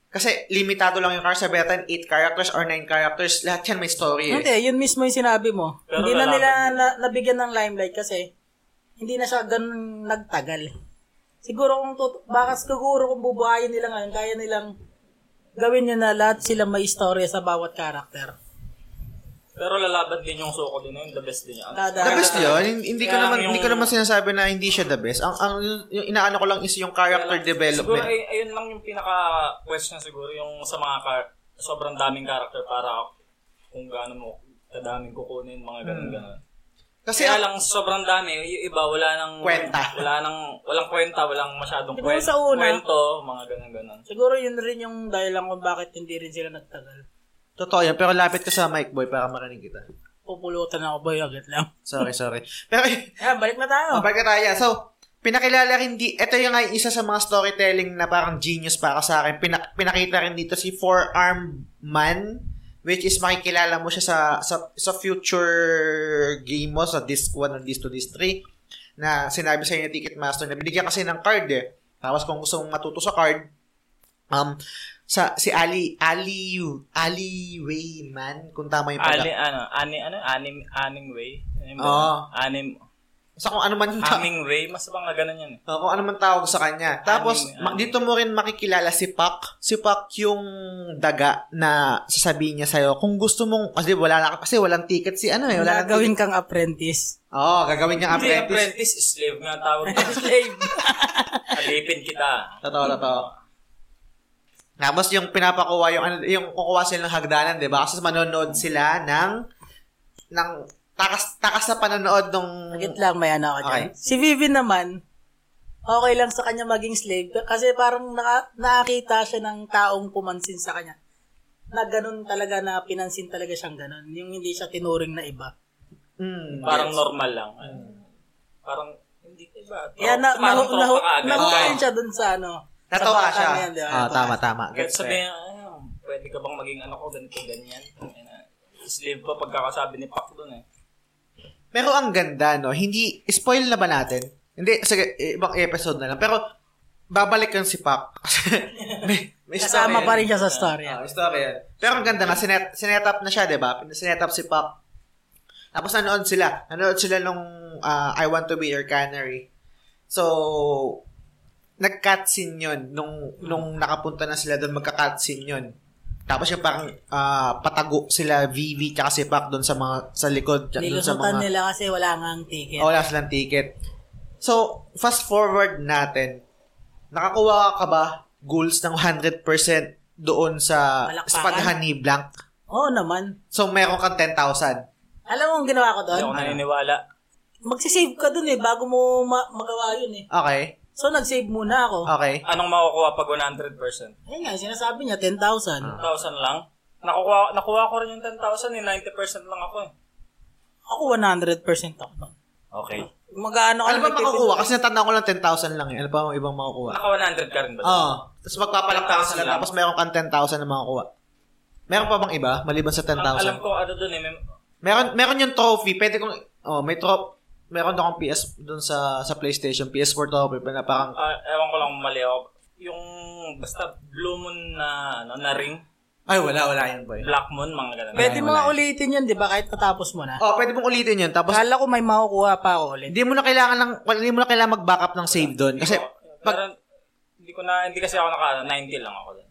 Speaker 2: Kasi limitado lang yung character. Sabi natin, 8 characters or 9 characters. Lahat yan may story eh.
Speaker 3: Hindi, yun mismo yung sinabi mo.
Speaker 4: Pero
Speaker 3: hindi na
Speaker 4: nalaman
Speaker 3: nila na- nabigyan ng limelight kasi hindi na siya ganun nagtagal. Siguro kung tut- baka siguro kung bubuhayin nila ngayon, kaya nilang gawin yun na lahat sila may istorya sa bawat karakter.
Speaker 4: Pero lalaban din yung suko din na yun. The best din yan.
Speaker 3: Dada.
Speaker 2: The best yun. Hin- Hindi ko
Speaker 4: Kaya
Speaker 2: naman
Speaker 4: yung-
Speaker 2: hindi ko naman sinasabi na hindi siya the best. Ang, ang yung inaano ko lang is yung character
Speaker 4: Siguro
Speaker 2: development.
Speaker 4: ay, ayun lang yung pinaka-question siguro. Yung sa mga kar- sobrang daming character para kung gaano mo kadaming kukunin, mga ganun ganun.
Speaker 2: Hmm. Kasi
Speaker 4: Kaya lang sobrang dami, yung iba wala nang
Speaker 2: Kwenta.
Speaker 4: Wala nang walang kwenta, walang masyadong
Speaker 3: Siguro
Speaker 4: kwento.
Speaker 3: sa una.
Speaker 4: Kwento, mga ganun ganun.
Speaker 3: Siguro yun rin yung dahilan kung bakit hindi rin sila nagtagal.
Speaker 2: Totoo yan, pero lapit ka sa mic, boy, para marinig kita.
Speaker 3: Pupulutan ako ba agad lang.
Speaker 2: Sorry, sorry. Pero,
Speaker 3: Yeah, Ah, balik na tayo.
Speaker 2: oh, balik na tayo. So, pinakilala rin di, ito yung nga yung isa sa mga storytelling na parang genius para sa akin. Pina, pinakita rin dito si Four Arm Man, which is makikilala mo siya sa, sa, sa future game mo, sa disc 1 or disc 2, disc 3, na sinabi sa inyo Ticketmaster na binigyan kasi ng card eh. Tapos kung gusto mong matuto sa card, um, sa si Ali Ali Ali Wayman kung tama yung pag-
Speaker 4: Ani, ano, ani, ano, anim, aning way. Anim,
Speaker 2: Oo.
Speaker 4: anim,
Speaker 2: sa kung ano man yung ta-
Speaker 4: aming way. Mas bang na ganun yan eh.
Speaker 2: Oh, kung ano man tawag sa kanya. Tapos,
Speaker 4: Anime,
Speaker 2: ma-
Speaker 4: anime.
Speaker 2: dito mo rin makikilala si Pak. Si Pak yung daga na sasabihin niya sa'yo, kung gusto mong, kasi wala na, kasi walang ticket si ano eh, wala nang
Speaker 3: Gagawin kang apprentice.
Speaker 2: ticket. Oo, gagawin niyang
Speaker 4: Hindi,
Speaker 2: apprentice.
Speaker 4: apprentice, slave nga tawag.
Speaker 3: Slave.
Speaker 4: Alipin kita.
Speaker 2: Totoo, totoo. Tapos yung pinapakuha, yung, ano- yung kukuha sila ng hagdanan, di ba? Kasi manonood sila ng, ng, takas, takas na panonood ng,
Speaker 3: Wait lang, may ano ako dyan.
Speaker 2: Okay.
Speaker 3: Si Vivi naman, okay lang sa kanya maging slave kasi parang naka, nakakita siya ng taong pumansin sa kanya. Na ganun talaga, na pinansin talaga siyang ganun. Yung hindi siya tinuring na iba.
Speaker 2: Mm.
Speaker 4: Parang normal lang. Ano. Parang, hindi iba.
Speaker 3: Kaya na,
Speaker 4: Oh,
Speaker 3: nahu-
Speaker 4: parang tropa
Speaker 3: nahu-
Speaker 4: ka agad.
Speaker 3: nahuhulin
Speaker 4: Kahit-
Speaker 3: siya dun sa ano. sa
Speaker 2: Natawa
Speaker 3: bata
Speaker 2: siya.
Speaker 3: na yan, di ba?
Speaker 2: Ah, tama, tama.
Speaker 4: Kahit um,
Speaker 2: Gets ko
Speaker 4: sabi
Speaker 2: yan.
Speaker 4: niya, "Ayun, pwede ka bang maging ano ko, ganito, ganyan. Ayun na. slave pa pagkakasabi ni Pac doon eh.
Speaker 2: Pero ang ganda, no? Hindi, spoil na ba natin? Hindi, sige, ibang episode na lang. Pero, babalik yun si Pac. Kasi may, may
Speaker 3: Kasama
Speaker 2: story
Speaker 3: pa
Speaker 2: yun.
Speaker 3: rin siya sa story.
Speaker 2: Ah, story yan. Pero ang ganda nga, sinet, sinet-up na siya, di ba? Sinet up si Pac. Tapos nanood sila. Nanood sila nung ah, I Want to Be Your Canary. So, nag-cutscene yun nung, nung nakapunta na sila doon, magka-cutscene yun. Tapos yung parang ah, patago sila Vivi tsaka si Pac doon sa mga sa likod tsaka doon sa
Speaker 3: Nilusutan
Speaker 2: mga
Speaker 3: nila kasi wala nga ang ticket.
Speaker 2: wala silang ticket. So, fast forward natin. Nakakuha ka ba goals ng 100% doon sa
Speaker 3: Palakpakan?
Speaker 2: espadahan ni Blank?
Speaker 3: Oo naman.
Speaker 2: So, meron kang 10,000.
Speaker 3: Alam mo ang ginawa ko
Speaker 4: Hindi
Speaker 3: doon?
Speaker 4: ako
Speaker 2: Ano?
Speaker 4: naniniwala.
Speaker 3: Magsisave ka doon eh bago mo ma- magawa yun eh.
Speaker 2: Okay.
Speaker 3: So nagsave muna ako.
Speaker 2: Okay.
Speaker 4: Anong makukuha pag 100%?
Speaker 3: Ayun nga, sinasabi niya
Speaker 2: Ah.
Speaker 3: 10,000.
Speaker 4: 1,000 lang? Nakuha, nakuha ko rin yung 10,000 eh. 90% lang ako eh.
Speaker 3: Ako 100% ako doon.
Speaker 4: Okay.
Speaker 3: Mag-ano ka
Speaker 2: Ano ba
Speaker 3: may pipin-
Speaker 2: makukuha? Kasi natanda ko lang 10,000 lang eh. Ano pa ang ibang makukuha?
Speaker 4: Naka 100 ka rin ba?
Speaker 2: Oo. Tapos magpapalakpakan sila
Speaker 4: lang.
Speaker 2: tapos meron kang 10,000 na makukuha. Meron pa bang iba maliban sa
Speaker 4: Ang alam
Speaker 2: 10,000?
Speaker 4: ko ano doon eh. May,
Speaker 2: Meron meron yung trophy. Pwede kong oh, may trophy. Meron akong PS doon sa sa PlayStation PS4 trophy pa na parang
Speaker 4: ah, ewan ko lang kung mali ako. Yung basta blue moon na, ano, na ring.
Speaker 2: ay wala wala yun boy.
Speaker 4: Black moon, mga ganun.
Speaker 3: Pwede
Speaker 2: Wala
Speaker 3: mo
Speaker 2: eh.
Speaker 3: nga ulitin yun, di ba? Kahit natapos mo na.
Speaker 2: Oh, pwede mong ulitin yun. Tapos,
Speaker 3: Kala ko may makukuha pa ako ulit.
Speaker 2: hindi mo na kailangan ng, hindi mo na kailangan mag-backup ng save doon. Kasi,
Speaker 4: Pero, hindi ko na, hindi kasi ako naka 90 lang ako doon.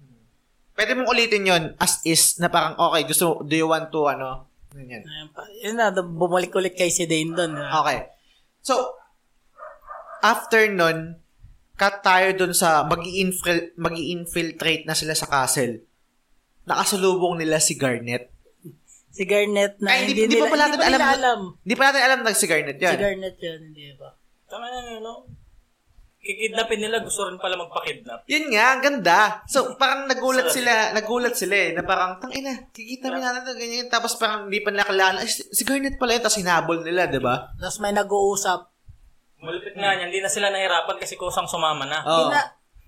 Speaker 2: pwede mong ulitin yun as is na parang, okay, gusto, do you want to, ano, ganyan.
Speaker 3: Ayun pa. Yun na, bumalik ulit kay si Dane doon.
Speaker 2: Okay. So, after nun, cut tayo doon sa, mag infiltrate na sila sa castle. Nakasalubong nila si Garnet.
Speaker 3: Si Garnet na
Speaker 2: Ay,
Speaker 3: hindi,
Speaker 2: hindi, hindi, pa
Speaker 3: nila,
Speaker 2: pala natin
Speaker 3: hindi pa
Speaker 2: alam.
Speaker 3: nila alam.
Speaker 2: Hindi pa natin alam na si Garnet
Speaker 3: Si
Speaker 2: yun.
Speaker 3: Garnet yun, hindi ba?
Speaker 4: Tama na yun, no? Kikidnapin nila, gusto rin pala magpakidnap.
Speaker 2: Yun nga, ang ganda. So, parang nagulat sila, nagulat sila eh, na parang, tangina, kikita mo natin ito, ganyan. Tapos parang hindi pa nila kilala. Ay, si si Garnet pala yun, tapos hinabol nila, di ba?
Speaker 3: Tapos may nag-uusap.
Speaker 4: Malapit nga niya, hindi na sila nahirapan kasi kusang sumama na.
Speaker 2: Oo.
Speaker 3: Pina,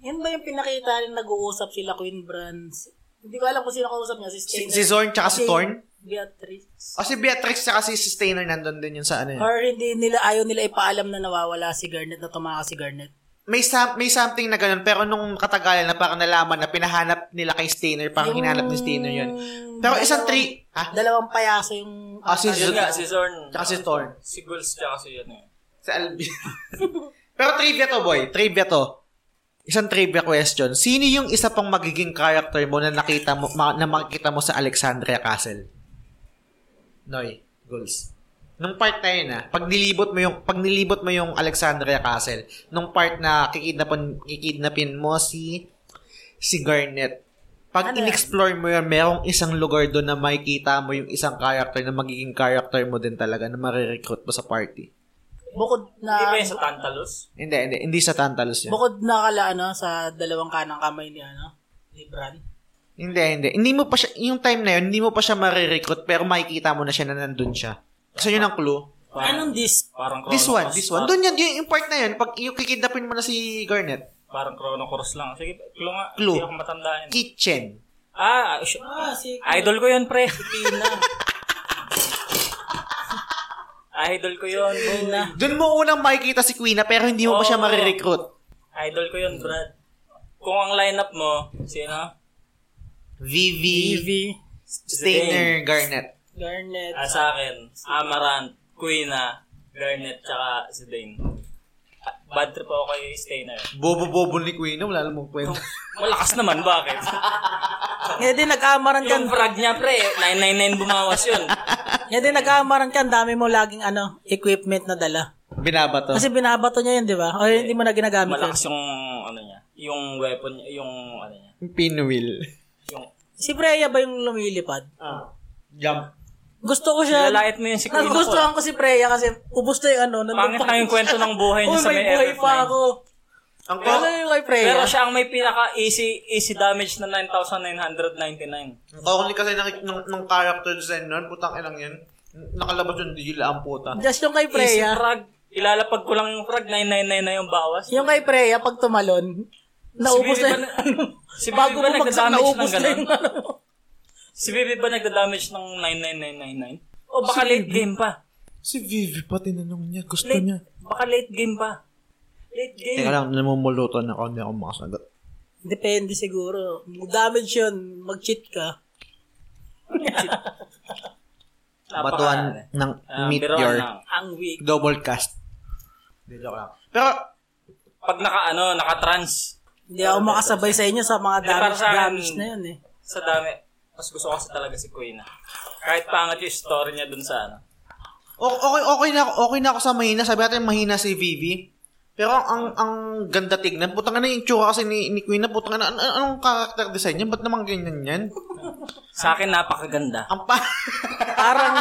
Speaker 3: yun ba yung pinakita rin nag-uusap sila Queen Brands? Hindi ko alam kung sino kausap niya. Si,
Speaker 2: Si,
Speaker 3: Steiner,
Speaker 2: si Zorn tsaka si Thorn.
Speaker 3: Beatrice.
Speaker 2: O si Beatrix tsaka si Sustainer nandun din yun sa ano yun.
Speaker 3: Or hindi nila, ayaw nila ipaalam na nawawala si Garnet, na tumakas si Garnet.
Speaker 2: May, some, may something na ganun, pero nung katagalan na parang nalaman na pinahanap nila kay Stainer, parang hinanap ni Stainer yun. Pero isang tree, ah,
Speaker 3: Dalawang payaso yung... ano
Speaker 2: Ah, si
Speaker 4: Yun nga, si Zorn.
Speaker 2: tsaka si Thorn.
Speaker 4: Si Gulls, tsaka si ano yun.
Speaker 2: Sa Albi. Pero trivia to, boy. Trivia to. Isang trivia question. Sino yung isa pang magiging character mo na nakita mo ma- na makikita mo sa Alexandria Castle? Noy, goals. Nung part na yun, ah, pag nilibot mo yung pag nilibot mo yung Alexandria Castle, nung part na kikidnapin, kikidnapin mo si si Garnet. Pag
Speaker 3: Ano yan?
Speaker 2: in-explore mo yun, merong isang lugar doon na makikita mo yung isang character na magiging character mo din talaga na marirecruit mo sa party.
Speaker 3: Bukod na...
Speaker 4: Hindi ba yun sa Tantalus?
Speaker 2: Hindi, hindi. Hindi sa Tantalus yun.
Speaker 3: Bukod na kala ano sa dalawang kanang kamay ni ano ni Bran.
Speaker 2: hindi, hindi. Hindi mo pa siya, yung time na yun, hindi mo pa siya marirecruit, pero makikita mo na siya na nandun siya. Kasi yun ang clue.
Speaker 3: Anong disc?
Speaker 4: Parang Chrono
Speaker 2: This one,
Speaker 4: Cross.
Speaker 2: this one. Doon yan, yun, yung part na yun. Pag yung kikidnapin mo na si Garnet,
Speaker 4: Parang Chrono Cross lang. Sige, clue nga.
Speaker 2: Clue.
Speaker 4: Hindi ako matandaan.
Speaker 2: kitchen.
Speaker 4: Ah, sh-
Speaker 3: Ah, si
Speaker 4: idol ko yun, pre.
Speaker 3: Pina.
Speaker 4: Idol ko yun. boy.
Speaker 2: Doon mo unang makikita si Quina, pero hindi mo pa siya
Speaker 4: Oo.
Speaker 2: marirecruit.
Speaker 4: Idol ko yun, Brad. Kung ang lineup mo, sino?
Speaker 2: Vivi,
Speaker 3: Evie,
Speaker 2: Stainer, Garnet.
Speaker 3: Garnet.
Speaker 4: Ah, sa akin, Amarant, Quina, Garnet, tsaka si Dane. Ah, Bad trip ako kay Stainer.
Speaker 2: Bobo-bobo ni Quina, wala lang magkwento.
Speaker 4: Malakas naman, bakit?
Speaker 3: Ngayon din nag-amaran ka.
Speaker 4: Ah. Yung frag niya, pre, 999 bumawas yun.
Speaker 3: Ngayon din nag-amaran ka. Ang dami mo laging ano equipment na dala.
Speaker 2: Binabato.
Speaker 3: Kasi binabato niya yun, di ba? O hindi mo na ginagamit yun.
Speaker 4: Malakas yung, ano niya, yung weapon niya, yung, ano niya,
Speaker 2: Pinwheel.
Speaker 4: yung,
Speaker 3: Si Freya ba yung lumilipad?
Speaker 2: Ah. Jump.
Speaker 3: Gusto ko siya.
Speaker 4: lalait mo yun si Quina ko.
Speaker 3: Nagustuhan ko si Freya kasi ubos na yung ano. nandun
Speaker 4: Pangit
Speaker 3: pa-
Speaker 4: na yung kwento ng buhay niya
Speaker 3: Uy,
Speaker 4: sa
Speaker 3: may
Speaker 4: may
Speaker 3: buhay
Speaker 4: FF9.
Speaker 3: pa ako.
Speaker 2: Ang
Speaker 3: Ano yung kay Freya?
Speaker 4: Pero siya ang may pinaka easy easy damage na 9,999.
Speaker 2: Ako ni kasi ng, ng, ng character design nun, putang ilang yun. Nakalabas yung deal, ang puta.
Speaker 3: Just yung kay
Speaker 4: Easy
Speaker 3: Freya.
Speaker 4: frag. Ilalapag ko lang yung frag, 999 na yung bawas.
Speaker 3: Yung kay Preya, pag tumalon, naubos na
Speaker 4: Bibi ba
Speaker 3: yung
Speaker 4: na-
Speaker 3: ano.
Speaker 4: si Bibi
Speaker 3: bago
Speaker 4: ba
Speaker 3: bumagsak,
Speaker 4: nagda-damage ng
Speaker 3: naubos na
Speaker 4: ganun?
Speaker 3: yung ano.
Speaker 4: Si Vivi ba nagda-damage ng 99999? O baka late game pa.
Speaker 2: Si Vivi pa tinanong niya. Gusto
Speaker 4: Late,
Speaker 2: niya.
Speaker 4: baka late game pa. Late game.
Speaker 2: Teka lang, namumulutan ako. Hindi ako makasagot.
Speaker 3: Depende siguro. Damage yun. Mag-cheat ka.
Speaker 4: Napaka-
Speaker 2: Batuan ng
Speaker 4: Ah,
Speaker 2: meteor.
Speaker 4: biruan lang.
Speaker 3: Ang weak.
Speaker 2: Double cast. Hindi, joke lang. Pero,
Speaker 4: Pag naka, ano, naka-trans
Speaker 3: Hindi ako makasabay sa inyo sa mga
Speaker 4: Eh, para
Speaker 3: damage,
Speaker 4: sa akin-
Speaker 3: damage na yun eh.
Speaker 4: sa dami, mas gusto ko kasi talaga si Queen. ah. Kahit pangat yung story niya dun sa ano.
Speaker 2: o- okay, okay, na, okay na ako sa mahina. Sabi natin mahina si Vivi. Pero ang ang, ang ganda tignan. Putang na yung tsura kasi ni, ni Queen na. Putang na, an- an- anong character design niya? Ba't naman ganyan yan?
Speaker 4: Sa akin, napakaganda.
Speaker 2: Ang pa...
Speaker 3: Parang,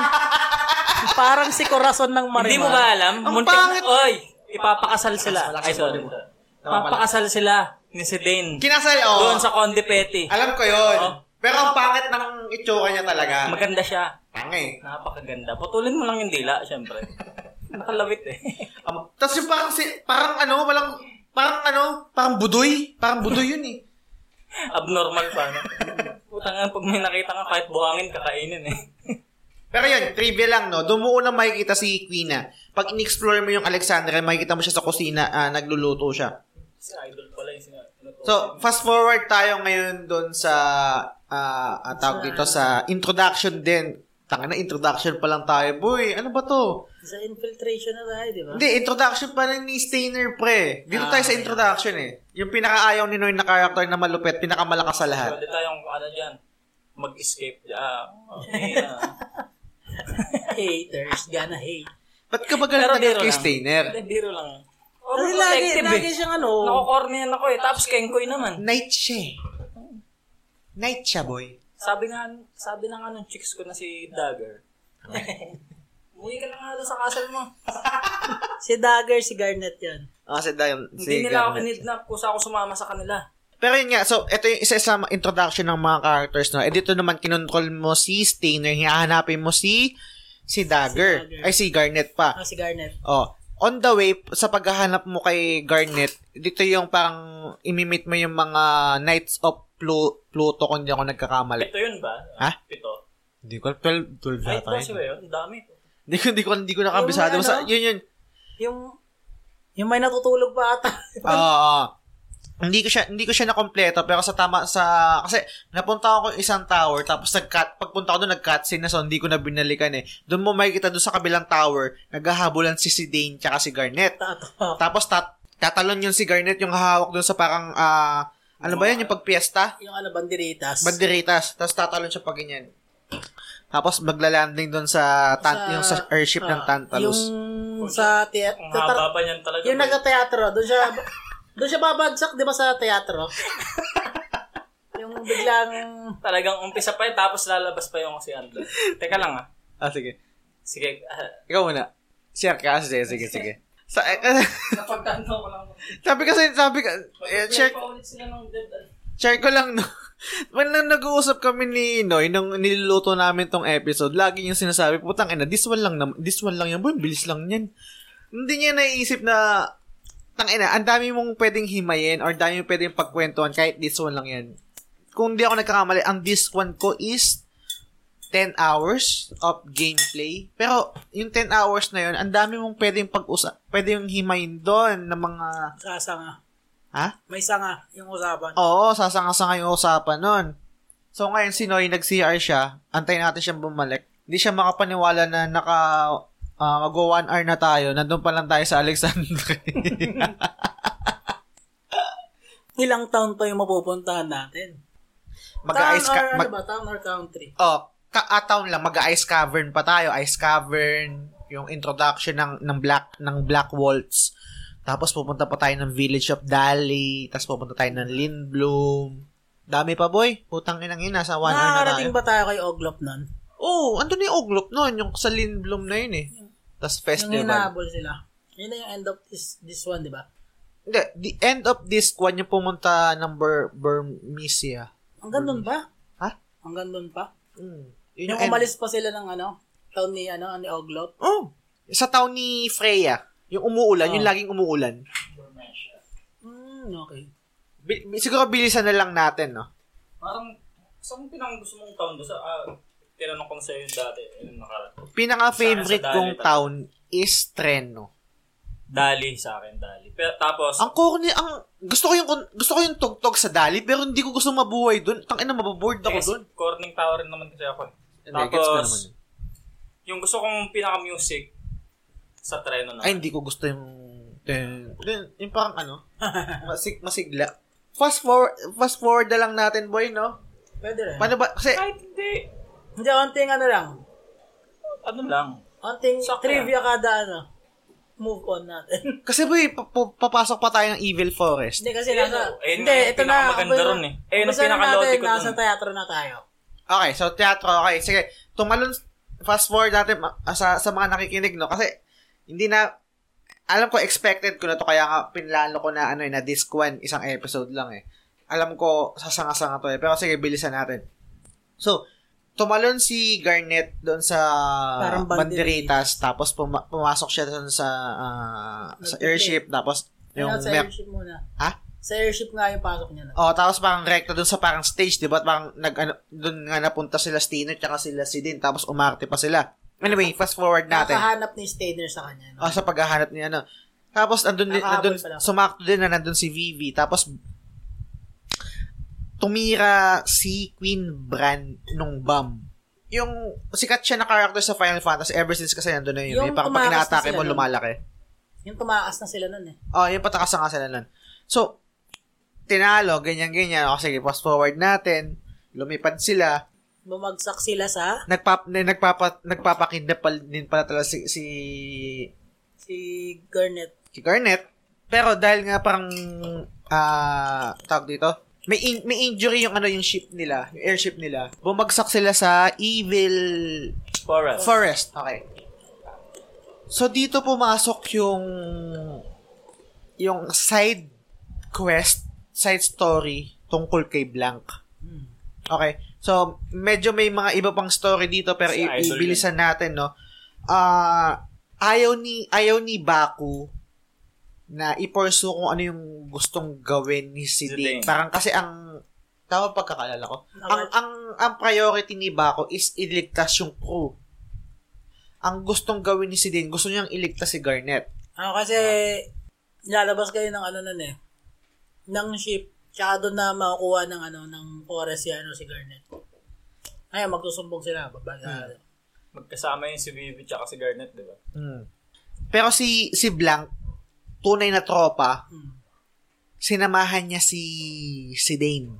Speaker 3: parang si Corazon ng Marimar.
Speaker 4: Hindi mo ba alam?
Speaker 2: Ang
Speaker 4: Muntik,
Speaker 2: pangit!
Speaker 4: Oy! Ipapakasal sila.
Speaker 2: Malakas
Speaker 4: Ay, sorry.
Speaker 2: yung volume. Tama pala.
Speaker 4: Papakasal sila ni si Dane.
Speaker 2: Kinasal, oo.
Speaker 4: Doon sa Conde Petty.
Speaker 2: Alam ko yun.
Speaker 4: Oo.
Speaker 2: Pero ang pangit ng itsura niya talaga.
Speaker 4: Maganda siya.
Speaker 2: Tangay.
Speaker 4: Napakaganda. Putulin mo lang yung dila, syempre. Nakalawit eh.
Speaker 2: Um, Tapos yung parang, si, parang ano, walang, parang ano, parang budoy. Parang budoy yun eh.
Speaker 4: Abnormal pa. No? Puta nga, pag may nakita ka, kahit buhangin, kakainin eh.
Speaker 2: Pero yun, trivia lang, no? Doon mo unang makikita si Quina. Pag in-explore mo yung Alexandria, makikita mo siya sa kusina, ah, nagluluto siya.
Speaker 4: Si idol pala yung sinuto.
Speaker 2: So, fast forward tayo ngayon doon sa, ah, ah, tawag dito, sa introduction din. Tanga na, introduction pa lang tayo. Boy, ano ba to?
Speaker 3: Sa infiltration na tayo, di ba?
Speaker 2: Hindi, introduction pa lang ni Stainer, pre. Dito
Speaker 4: Ah,
Speaker 2: tayo sa introduction eh. Yung pinakaayaw ni Noy na character na malupet, pinakamalakas sa lahat.
Speaker 4: Pwede tayong, ano dyan, mag-escape. Ah, okay na.
Speaker 3: Haters, gonna hate.
Speaker 2: Ba't ka ba
Speaker 4: Pero
Speaker 2: galit na
Speaker 4: biro
Speaker 2: galit kay
Speaker 4: lang.
Speaker 2: Stainer?
Speaker 4: Hindi, biro lang.
Speaker 3: Kasi lagi,
Speaker 4: Overprotective
Speaker 3: lagi
Speaker 4: eh.
Speaker 3: siyang ano.
Speaker 4: Nakukornian ako eh. Tapos kengkoy naman.
Speaker 2: Night siya eh. Night siya, boy.
Speaker 4: Sabi nga, sabi na nga nung chicks ko na si Dagger. Umuwi ka na nga doon sa castle mo.
Speaker 3: Si Dagger, si Garnet yan.
Speaker 2: Ah, kasi dahil... si
Speaker 4: Hindi nila ako
Speaker 2: Garnet.
Speaker 4: kinidnap kusa ako sumama sa kanila.
Speaker 2: Pero yun nga, so ito yung isa sa introduction ng mga characters no. Eh dito naman kinontrol mo si Stainer, hahanapin mo si si Dagger.
Speaker 3: Dagger.
Speaker 2: Ay si Garnet pa.
Speaker 3: Ah, si Garnet.
Speaker 2: Oh, on the way sa paghahanap mo kay Garnet, dito yung parang imimit mo yung mga Knights of Plu- Pluto kung hindi ako nagkakamali.
Speaker 4: Pito yun ba?
Speaker 2: Ha?
Speaker 4: Pito.
Speaker 2: Hindi ko 12 12
Speaker 4: Ay, ito siya yun. Ang dami.
Speaker 2: Hindi ko hindi ko hindi ko nakabisado.
Speaker 3: Yung mga
Speaker 2: Basta
Speaker 3: ano?
Speaker 2: yun yun.
Speaker 3: Yung, yung may natutulog pa ata.
Speaker 2: Oo. oo. Hindi ko siya hindi ko siya nakompleto pero sa tama sa kasi napunta ako isang tower tapos nag-cut pagpunta ko doon nag-cutscene na so hindi ko na binalikan eh. Doon mo makikita doon sa kabilang tower naghahabulan si si Dane tsaka si Garnet.
Speaker 3: Tatawa.
Speaker 2: Tapos tat tatalon yun si Garnet yung hahawak doon sa parang ah, ano ba yun yung pagpiesta?
Speaker 3: Yung ano, banderitas.
Speaker 2: Banderitas. Tapos tatalon siya pag ganyan. Tapos magla-landing doon sa, tan-
Speaker 3: Sa-
Speaker 2: yung sa airship ng
Speaker 3: ah,
Speaker 2: Tantalus.
Speaker 3: Yung sa teatro.
Speaker 4: Ang haba pa niyan talaga.
Speaker 3: Yung nagka-teatro, doon siya, doon siya babagsak, di ba, sa teatro? yung biglang,
Speaker 4: Talagang umpisa pa yun, tapos lalabas pa yung si Andrew. Teka lang ah.
Speaker 2: Ah, sige.
Speaker 4: Sige, ah,
Speaker 2: Ikaw muna. Share ka. Sige, sige, sige. Sa, eh,
Speaker 4: napagtanto ko lang.
Speaker 2: Sabi kasi, sabi ka, eh, share,
Speaker 4: Pa ulit sila ng dead. ah.
Speaker 2: share ko lang, no? When nang nag-uusap kami ni Noy, nung niluluto namin tong episode, lagi niyang sinasabi, putang ina, this one lang, naman, this one lang yan, boy, bilis lang yan. Hindi niya naiisip na, tang ina, ang dami mong pwedeng himayin or dami mong pwedeng pagkwentuhan kahit this one lang yan. Kung di ako nagkakamali, ang this one ko is 10 hours of gameplay. Pero, yung 10 hours na yun, ang dami mong pwedeng pag-usap, pwedeng himayin doon ng mga,
Speaker 3: sasanga.
Speaker 2: ha?
Speaker 3: May sanga, yung usapan.
Speaker 2: Oo, sasanga-sanga yung usapan nun. So ngayon si Noy nag-CR siya, antayin natin siyang bumalik. Hindi siya makapaniwala na naka ah, mag one hour na tayo, nandun pa lang tayo sa Alexandria.
Speaker 3: Ilang taon pa yung mapupuntahan natin?
Speaker 2: mag-ice
Speaker 3: town or,
Speaker 2: ca- mag-
Speaker 3: ano ba, town or country?
Speaker 2: oh, ka- ah, town lang, mag-ice cavern pa tayo, ice cavern, yung introduction ng ng black ng black waltz. Tapos pupunta pa tayo ng Village of Dali, tapos pupunta tayo ng Lindblom. Dami pa, boy. Putang inang ina, sa one hour na tayo.
Speaker 3: Nakakarating ba tayo kay Oglop nun?
Speaker 2: Oo, oh, andun na yung Oglop noon, yung sa Lindblom na yun eh. Tapos
Speaker 3: Hmm. Yung
Speaker 2: festival.
Speaker 3: hinahabol sila. Yun na yung end of this, this one, di ba?
Speaker 2: Hindi, the end of this one yung pumunta ng Bur- Burmesia.
Speaker 3: Hanggang doon ba?
Speaker 2: Mm. Ha?
Speaker 3: Hanggang doon pa?
Speaker 2: Mm. Yun
Speaker 3: Yung
Speaker 2: end.
Speaker 3: umalis pa sila ng ano, taon ni, ano, ni Oglop.
Speaker 2: Oh, sa town ni Freya. Yung umuulan, yung
Speaker 3: Oh.
Speaker 2: laging umuulan.
Speaker 3: Hmm, okay.
Speaker 2: Bi- bi- siguro bilisan na lang natin, no?
Speaker 4: Parang saan pinang gusto mong town doon? Sa, ah, tinanong ko na sa'yo dati. Yung nakara.
Speaker 2: Pinaka-favorite
Speaker 4: Sana sa
Speaker 2: kong
Speaker 4: Dali,
Speaker 2: town is Treno.
Speaker 4: Dali sa akin, dali. Pero, tapos,
Speaker 2: Ang corny, ang gusto ko yung kon- gusto ko yung tugtog sa Dali pero hindi ko gusto mabuhay doon. Tangina mababoard ako
Speaker 4: yes,
Speaker 2: doon.
Speaker 4: Corning Tower rin naman kasi ako. eh. Tapos, yung gusto kong pinaka-music sa treno na.
Speaker 2: Ay, hindi ko gusto yung... Then, then, yung parang ano, masig, masigla. Fast forward, fast forward na lang natin, boy, no?
Speaker 3: Pwede rin.
Speaker 2: Paano ba? Kasi,
Speaker 4: Kahit hindi.
Speaker 3: Hindi, onting ano lang.
Speaker 4: Ano lang.
Speaker 3: Onting
Speaker 4: Sakto
Speaker 3: trivia kada ano. Move on natin.
Speaker 2: kasi boy, pa- pa- papasok pa tayo ng Evil Forest.
Speaker 3: hindi kasi
Speaker 4: Ayun,
Speaker 3: nasa...
Speaker 4: oh. Ayun
Speaker 3: hindi,
Speaker 4: nga,
Speaker 3: ito na.
Speaker 4: pinakamaganda ron eh. Ayun ang
Speaker 3: Umpisa na
Speaker 4: pinakalote
Speaker 3: natin,
Speaker 4: ko dun.
Speaker 3: Nasa teatro na tayo.
Speaker 2: Okay, so teatro, okay. Sige, tumalon, fast forward natin ma- ah, sa, sa mga nakikinig, no? Kasi, hindi na, alam ko, expected ko na to, kaya nga, pinlano ko na, ano, eh, na disc one, isang episode lang, eh. Alam ko, sasanga-sanga to, eh. Pero sige, bilisan natin. So, tumalon si Garnet doon sa
Speaker 3: Parang eh.
Speaker 2: Banderitas, tapos puma- pumasok siya doon sa, ah, sa airship, tapos yung
Speaker 3: Ayun, sa
Speaker 2: mech.
Speaker 3: airship muna.
Speaker 2: Ha?
Speaker 3: Sa airship nga yung pasok niya. na.
Speaker 2: Oh, tapos parang rekta doon sa parang stage, 'di ba? Parang nag ano, doon nga napunta sila Stino tsaka sila si Din, tapos umarte pa sila. Anyway, fast forward natin.
Speaker 3: Nakahanap ni Stainer sa kanya. No?
Speaker 2: Oh, sa paghahanap niya ano. Tapos andun din
Speaker 3: Nakahabol
Speaker 2: andun
Speaker 3: pala.
Speaker 2: sumakto din na nandun si Vivi, tapos tumira si Queen Bran nung bomb. Yung sikat siya na character sa Final Fantasy ever since kasi nandun na yun. Yung,
Speaker 3: Yung
Speaker 2: parang pag
Speaker 3: tumakas na
Speaker 2: inaatake
Speaker 3: sila
Speaker 2: mo,
Speaker 3: nun.
Speaker 2: lumalaki.
Speaker 3: Yung tumakas na sila nun eh.
Speaker 2: Oh, yung patakas na nga sila nun. So, tinalo, ganyan-ganyan. O, sige, fast forward natin. Lumipad sila.
Speaker 3: Bumagsak sila sa
Speaker 2: Nagpap, na- nagpapa, nagpapakidnap pal, din pala talaga si, si,
Speaker 3: si Garnet.
Speaker 2: si Garnet. Pero dahil nga parang, ah, tawag dito, may, in- may injury yung ano yung ship nila, yung airship nila. Bumagsak sila sa evil
Speaker 4: Forest.
Speaker 2: Forest, okay. So, dito pumasok yung yung side quest, side story tungkol kay Blank. Okay. So, medyo may mga iba pang story dito pero
Speaker 4: Si
Speaker 2: i-
Speaker 4: Idol
Speaker 2: ibilisan natin, no? Ah, ayaw ni ayaw ni Baku na i-pursue kung ano yung gustong gawin ni si
Speaker 4: Si
Speaker 2: Ding.
Speaker 4: Ding.
Speaker 2: Parang kasi ang tama pagkakalala ko. Ang
Speaker 3: Nakat-
Speaker 2: ang ang priority ni Baco is iligtas yung crew. Ang gustong gawin ni si Dean, gusto niyang iligtas si Garnet.
Speaker 3: Ano kasi lalabas kayo ng ano nun eh. Ng ship. Tsaka doon na makukuha ng ano, ng forest si ano si Garnet. Ay, magsusumbong sila. Babasa.
Speaker 4: Magkasama yun si Vivi tsaka si Garnet, di ba?
Speaker 2: Pero si si Blank, tunay na tropa,
Speaker 3: Hmm.
Speaker 2: sinamahan niya si si Dane.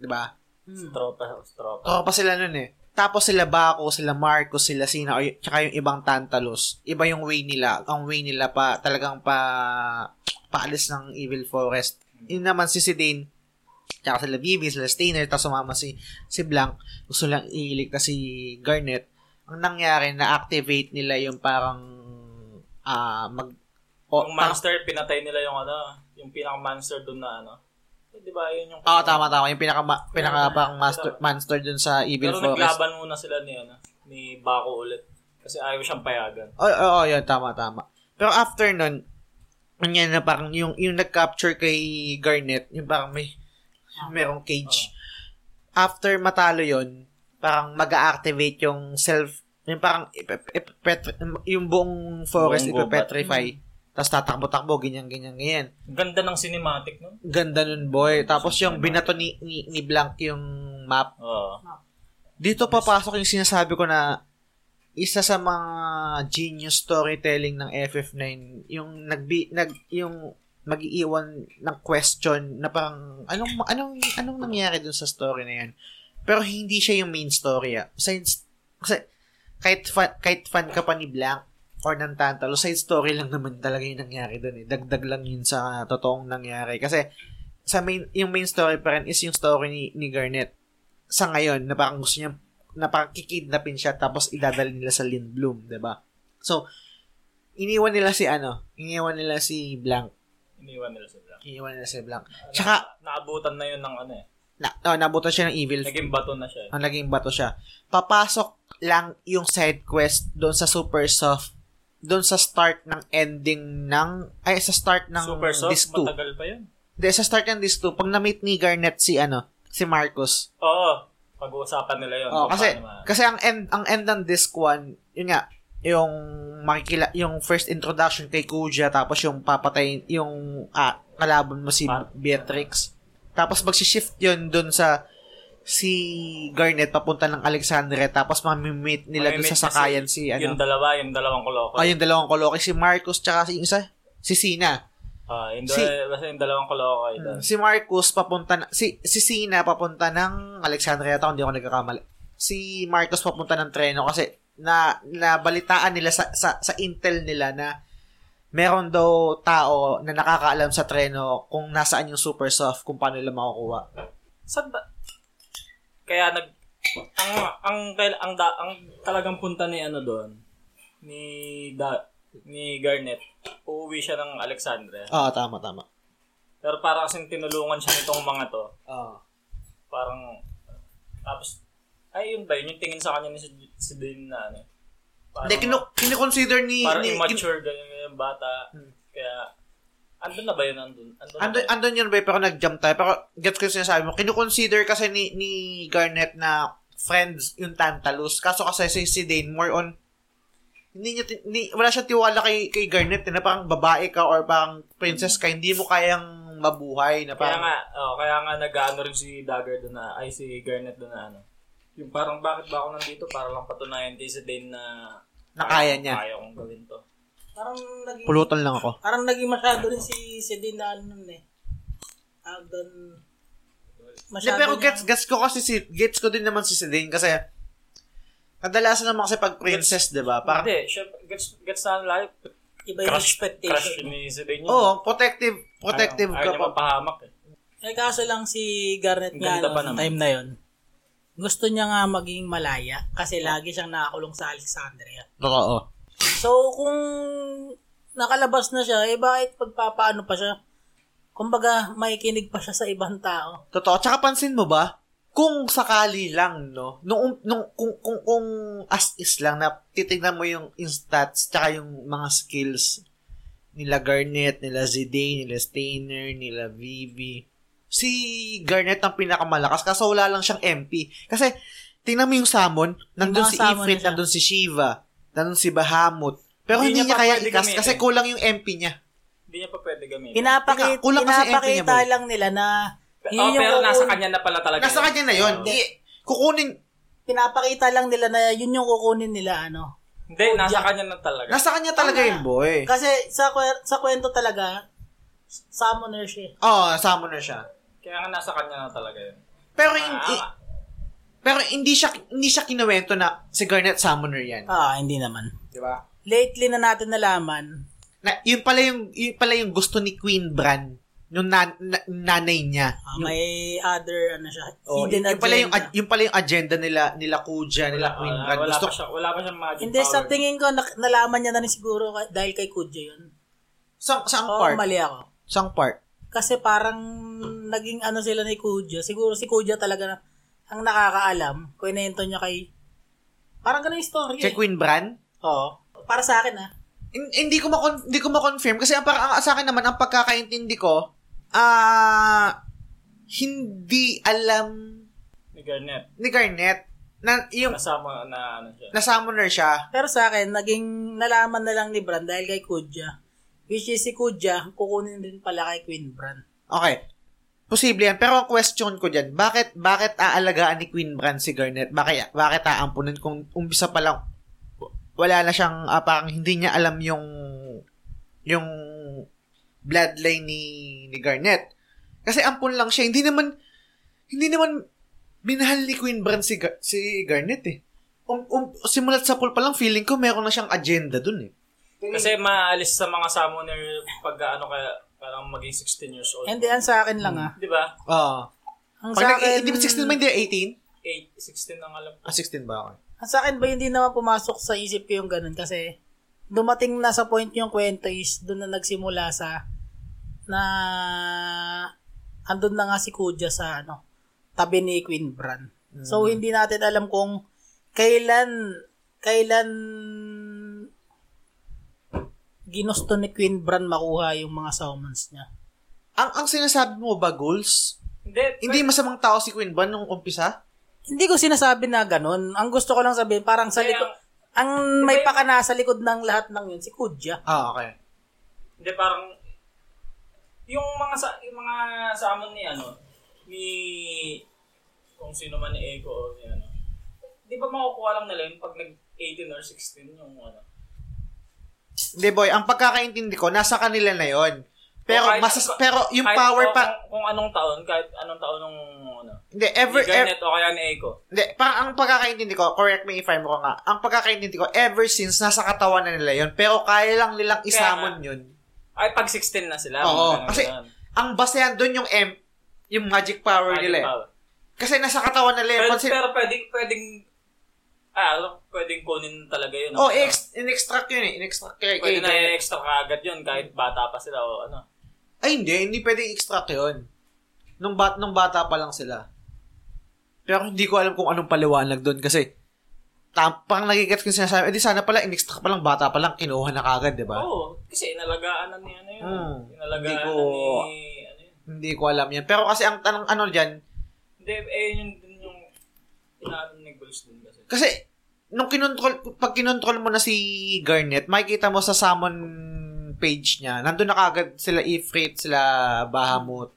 Speaker 2: Diba? 'Di ba?
Speaker 4: Si Tropa, si Tropa.
Speaker 2: Tropa sila nun eh. Tapos sila Baco, sila Marcos, sila Sina, o y- tsaka yung ibang Tantalus. Iba yung way nila. Ang way nila pa, talagang pa, paalis ng Evil Forest. Yun naman si Sidane, tsaka sila Bibi, sila Stainer, tapos sumama si, si Blank. Gusto lang iiligtas si Garnet. Ang nangyari, na-activate nila yung parang, ah, mag, o,
Speaker 4: yung
Speaker 2: parang-
Speaker 4: monster, pinatay nila yung ano, yung pinaka-monster doon na ano. Eh, di ba, yun yung...
Speaker 2: Oo, Ah, tama, tama. Yung pinaka, ma- pinaka pang master,
Speaker 4: Tama.
Speaker 2: monster dun sa Evil
Speaker 4: Pero
Speaker 2: Forest.
Speaker 4: naglaban muna sila ni, ano, ni Bako ulit. Kasi ayaw siyang payagan.
Speaker 2: Oo, oh, oh, yun, tama, tama. Pero after nun, yun na parang yung, yung nag-capture kay Garnet, yung parang may, merong cage. After matalo yon parang mag activate yung self, yung parang, ip- ip- petri- yung buong forest
Speaker 4: Buong gubat.
Speaker 2: ipepetrify. Tapos tatakbo-takbo, ganyan, ganyan, ganyan.
Speaker 4: Ganda ng cinematic nun.
Speaker 2: Ganda nun, boy. Tapos yung binato ni, ni, ni Blank yung map,
Speaker 4: Oo.
Speaker 2: dito papasok yung sinasabi ko na isa sa mga genius storytelling ng FF9 yung nagbi nag yung magiiwan ng question na parang anong anong anong nangyari dun sa story na yan. Pero hindi siya yung main story ah. Side, kasi kahit fan, kahit fan ka pa ni Blank or ng Tantalo, side story lang naman talaga yung nangyari dun eh. Dagdag lang yun sa totoong nangyari. Kasi sa main, yung main story pa rin is yung story ni, ni Garnet sa ngayon na parang gusto niya na parang kikidnapin siya tapos idadala nila sa Lindblom, 'di ba? So iniwan nila si ano, iniwan nila si Blank,
Speaker 4: Iniwan nila sila.
Speaker 2: iniwan nila si Blank. Tsaka
Speaker 4: Naabutan na yun ng ano eh.
Speaker 2: na, oh, nabutan siya ng evil.
Speaker 4: Naging bato na siya. eh.
Speaker 2: Ang naging bato siya. Papasok lang yung side quest doon sa Super Soft doon sa start ng ending ng ay sa start ng
Speaker 4: Super soft,
Speaker 2: disc 2.
Speaker 4: matagal pa yun.
Speaker 2: Hindi, sa start ng disc 2 pag na-meet ni Garnet si ano, si Marcus.
Speaker 4: Oo. Pag-uusapan nila yun.
Speaker 2: Oh,
Speaker 4: Kung
Speaker 2: kasi
Speaker 4: paano ma-
Speaker 2: kasi ang end ang end ng disc 1, yun nga, yung makikila yung first introduction kay Kuja tapos yung papatay yung ah, kalaban mo si
Speaker 4: Ah.
Speaker 2: Beatrix. Tapos magsi-shift yun dun sa si Garnet papunta ng Alexandria tapos mamimit nila dun
Speaker 4: Mamimit
Speaker 2: sa
Speaker 4: kasi
Speaker 2: sakayan si ano.
Speaker 4: Yung dalawa, yung dalawang koloko.
Speaker 2: Ah, yung dalawang koloki si Marcus tsaka si yung isa si Sina.
Speaker 4: Ah, yung,
Speaker 2: Si- Hmm.
Speaker 4: dal- basta yung dalawang koloko. Ito.
Speaker 2: Si Marcus papunta na, si si Sina papunta ng Alexandria ta hindi ako nagkakamali. Si Marcus papunta ng treno kasi na nabalitaan nila sa sa, sa intel nila na meron daw tao na nakakaalam sa treno kung nasaan yung super soft kung paano nila makukuha.
Speaker 4: Saan ba? Kaya nag ang ang kail- ang, da, ang talagang punta ni ano doon ni da, ni Garnet. Uuwi siya ng Alexandria.
Speaker 2: Oo, Ah, tama tama.
Speaker 4: Pero para kasing tinulungan siya nitong mga to.
Speaker 2: Oo.
Speaker 4: Ah. Parang tapos ay yun ba yun yung tingin sa kanya ni si, si Dean na ano. Parang,
Speaker 2: Hindi, kinu- kinoconsider ni...
Speaker 4: parang
Speaker 2: ni kin-
Speaker 4: immature ganyan ganyan bata. Kaya andun na ba yun andun? Andun.
Speaker 2: Hmm. Andun,
Speaker 4: na ba yun?
Speaker 2: andun yun, Bay, pero nag-jump tayo. Pero gets ko yung sinasabi mo. Kinukonsider kasi ni, ni Garnet na friends yung Tantalus. Kaso kasi si, si Dane more on hindi niya, tin- hindi, wala siyang tiwala kay, kay Garnet eh, na parang babae ka or parang princess ka, hindi mo kayang mabuhay na
Speaker 4: Kaya
Speaker 2: parang,
Speaker 4: nga, oh, kaya nga nag-ano rin si Dagger doon na, ay si Garnet doon na ano. Yung parang bakit ba ako nandito para lang patunayan kay si Dane na
Speaker 2: Na kaya niya.
Speaker 4: Kaya kong gawin to.
Speaker 3: Parang naging,
Speaker 2: pulutan lang ako.
Speaker 3: parang naging masyado rin si Sedin na ano nun eh. Tawag doon.
Speaker 2: Hindi, pero gets, gets ko kasi si, gets ko din naman si si Dane kasi kadalasan naman kasi pag princess, di ba? Parang,
Speaker 4: Hindi, siya, gets, gets na life.
Speaker 3: iba yung
Speaker 4: Crush, crush
Speaker 3: expectation.
Speaker 4: ni si Dane.
Speaker 2: oo, oh, protective, protective
Speaker 4: ayaw, ayaw
Speaker 2: ka
Speaker 4: niya
Speaker 2: pa.
Speaker 4: mapahamak eh.
Speaker 3: Eh kaso lang si Garnet nga
Speaker 4: Ganda pa
Speaker 3: noon,
Speaker 4: naman.
Speaker 3: time na yon. Gusto niya nga maging malaya kasi lagi siyang nakakulong sa Alexandria.
Speaker 2: Totoo.
Speaker 3: So kung nakalabas na siya, eh bakit pagpapaano pa siya? Kumbaga, makikinig pa siya sa ibang tao.
Speaker 2: Totoo. Tsaka pansin mo ba, kung sakali lang, no, nung, nung, kung, kung, kung as is lang na titignan mo yung, yung stats tsaka yung mga skills nila Garnet, nila Zidane, nila Stainer, nila Vivi. Si Garnet ang pinakamalakas kaso wala lang siyang MP. Kasi, tingnan mo yung summon, nandun
Speaker 3: mga
Speaker 2: si
Speaker 3: summon
Speaker 2: Ifrit,
Speaker 3: niya.
Speaker 2: nandun si Shiva, nandun si Bahamut. Pero
Speaker 4: Hindi
Speaker 2: hindi,
Speaker 4: niya
Speaker 2: niya
Speaker 4: pa
Speaker 2: kaya
Speaker 4: pwede
Speaker 2: ikas
Speaker 4: gamitin.
Speaker 2: kasi kulang yung MP niya.
Speaker 4: Hindi niya pa pwede gamitin.
Speaker 3: Pinapakita,
Speaker 2: Teka, kulang kasi MP niya,
Speaker 3: pinapakita
Speaker 2: boy.
Speaker 3: lang nila na
Speaker 4: oh,
Speaker 3: yun yung
Speaker 4: pero nasa
Speaker 3: kukunin-
Speaker 4: kanya na pala talaga.
Speaker 2: Nasa kanya na yun.
Speaker 4: Hindi,
Speaker 2: I- kukunin,
Speaker 3: pinapakita lang nila na yun yung kukunin nila ano.
Speaker 4: hindi, nasa kanya na talaga.
Speaker 2: nasa kanya talaga yun, boy.
Speaker 3: Kasi sa kwe- sa kwento talaga eh. summoner siya.
Speaker 2: Oo, summoner siya.
Speaker 4: Kaya nga nasa kanya na talaga yun.
Speaker 2: Pero hindi
Speaker 4: Ah,
Speaker 2: pero hindi siya hindi siya kinuwento na si Garnet summoner 'yan,
Speaker 3: Ah, hindi naman.
Speaker 2: di
Speaker 4: Diba?
Speaker 2: ba?
Speaker 3: Lately na natin nalaman
Speaker 2: Na yun pala yung yun pala yung gusto ni Queen Bran yung nan- na- nanay niya.
Speaker 3: ah,
Speaker 2: Yung-
Speaker 3: may other ano siya.
Speaker 2: oh, yun,
Speaker 3: hidden
Speaker 2: yun pala yung
Speaker 3: agenda. Ah,
Speaker 2: ag- yun pala yung agenda nila nila Kuja, nila Queen
Speaker 4: Ah, wala,
Speaker 2: Bran.
Speaker 4: wala,
Speaker 2: gusto
Speaker 4: pa siya, wala pa siyang magic
Speaker 3: Hindi,
Speaker 4: power.
Speaker 3: sa tingin ko, nak- nalaman niya na rin siguro ka- dahil kay Kuja yun.
Speaker 2: sa saang
Speaker 3: Oo,
Speaker 2: part?
Speaker 3: Oh, mali ako.
Speaker 2: Saang part?
Speaker 3: Kasi parang naging ano sila ni Kuja. Siguro si Kuja talaga na, ang nakakaalam. Kwento niya kay... Parang ganun yung story.
Speaker 2: Kay
Speaker 3: eh.
Speaker 2: Queen Bran?
Speaker 3: Oo. Para sa akin, ah.
Speaker 2: Hin- hindi ko makon hindi ko ma-confirm kasi ang parang ang- sa akin naman ang pagkakaintindi ko ah hindi alam
Speaker 4: Ni Garnet.
Speaker 2: ni Garnet na yung
Speaker 4: Nasama na ano siya.
Speaker 2: na summoner siya.
Speaker 3: Pero sa akin, naging nalaman na lang ni Bran dahil kay Kuja. Which is si Kuja, kukunin din pala kay Queen Bran.
Speaker 2: Okay. Posible yan. Pero ang question ko dyan, bakit, bakit aalagaan ni Queen Bran si Garnet? Bakit, bakit aampunin kung umbisa pa lang, wala na siyang, ah, parang hindi niya alam yung, yung bloodline ni, ni Garnet. Kasi ampun lang siya. Hindi naman, hindi naman minahal ni Queen Bran si, Gar- si Garnet eh. Um, um, simulat sa pool pa lang, feeling ko meron na siyang agenda dun eh.
Speaker 4: Kasi maalis sa mga summoner pag ano kaya parang maging 16 years old.
Speaker 3: And then, sa akin lang, ah.
Speaker 4: Di ba?
Speaker 2: Oo.
Speaker 3: Ang
Speaker 2: Pag
Speaker 3: sa
Speaker 2: nag,
Speaker 3: akin,
Speaker 2: hindi ba 16 ba, hindi 18?
Speaker 4: 8, 16 ang alam ko.
Speaker 2: Ah, 16 ba ako?
Speaker 3: Ang sa akin ba hindi naman pumasok sa isip ko yung ganun kasi dumating na sa point yung kwento is doon na nagsimula sa na andun na nga si Kuja sa ano tabi ni Queen Bran. So hindi natin alam kung kailan kailan ginusto ni Queen Bran makuha yung mga summons niya.
Speaker 2: Ang ang sinasabi mo ba, goals?
Speaker 4: Hindi,
Speaker 2: Hindi masamang tao si Queen Bran nung umpisa?
Speaker 3: Hindi ko sinasabi na ganun. Ang gusto ko lang sabihin, parang sa
Speaker 4: Kaya-
Speaker 3: likod, ang may paka na sa likod ng lahat ng yun, si Kudya.
Speaker 2: Ah, okay.
Speaker 4: Hindi, parang, yung mga sa, yung mga sa amin ni, ano, ni, kung sino man ni Eko o ni, ano, di ba makukuha lang nila yun pag nag-18 or 16 yung, ano,
Speaker 2: Hindi boy, ang pagkakaintindi ko, nasa kanila na yon. Pero,
Speaker 4: O kahit- ano-
Speaker 2: mas, pero yung
Speaker 4: kahit
Speaker 2: power
Speaker 4: kung-
Speaker 2: pa,
Speaker 4: Kung, kung anong taon, kahit anong taon ng, ano,
Speaker 2: hindi, ever,
Speaker 4: Ever,
Speaker 2: ever,
Speaker 4: Garnet o kaya ni Eiko.
Speaker 2: Hindi, parang ang pagkakaintindi ko, correct me if I'm wrong nga, ang pagkakaintindi ko, ever since, nasa katawan na nila yon pero kaya lang nilang isamon
Speaker 4: nga.
Speaker 2: yun.
Speaker 4: Ay, pag 16 na sila.
Speaker 2: Oo,
Speaker 4: mga ganun,
Speaker 2: kasi
Speaker 4: ganun.
Speaker 2: ang basehan doon yung M, yung magic power
Speaker 4: Magic
Speaker 2: nila. eh.
Speaker 4: power.
Speaker 2: Kasi nasa katawan nila yun.
Speaker 4: Pero,
Speaker 2: Pansin-
Speaker 4: pero pwedeng, pwedeng, ah, alam, pwedeng kunin talaga yun.
Speaker 2: oh,
Speaker 4: Ano,
Speaker 2: ex- in-extract yun eh. In-extract kay kay
Speaker 4: Pwede na
Speaker 2: Garnet.
Speaker 4: extra kaagad yun kahit bata pa sila o ano.
Speaker 2: Ay, hindi. Hindi pwede i-extract yun. Nung, bat, nung bata pa lang sila. Pero hindi ko alam kung anong paliwanag doon kasi tam, pang nagigets ko yung sinasabi, edi sana pala, in-extract pa lang, bata pa lang, kinuha na kagad, di ba?
Speaker 4: Oo, kasi inalagaan na ni ano yun.
Speaker 2: Ah. Hmm.
Speaker 4: Inalagaan
Speaker 2: Hindi
Speaker 4: na
Speaker 2: ko-
Speaker 4: ni, ano yun.
Speaker 2: Hindi ko alam yan. Pero kasi ang tanong ano dyan,
Speaker 4: Hindi, eh, yun din yung, inaano ni Bulls din kasi.
Speaker 2: kasi nung kinontrol, pag kinontrol mo na si Garnet, makikita mo sa summon page niya, nandun na kagad sila Ifrit, sila Bahamut,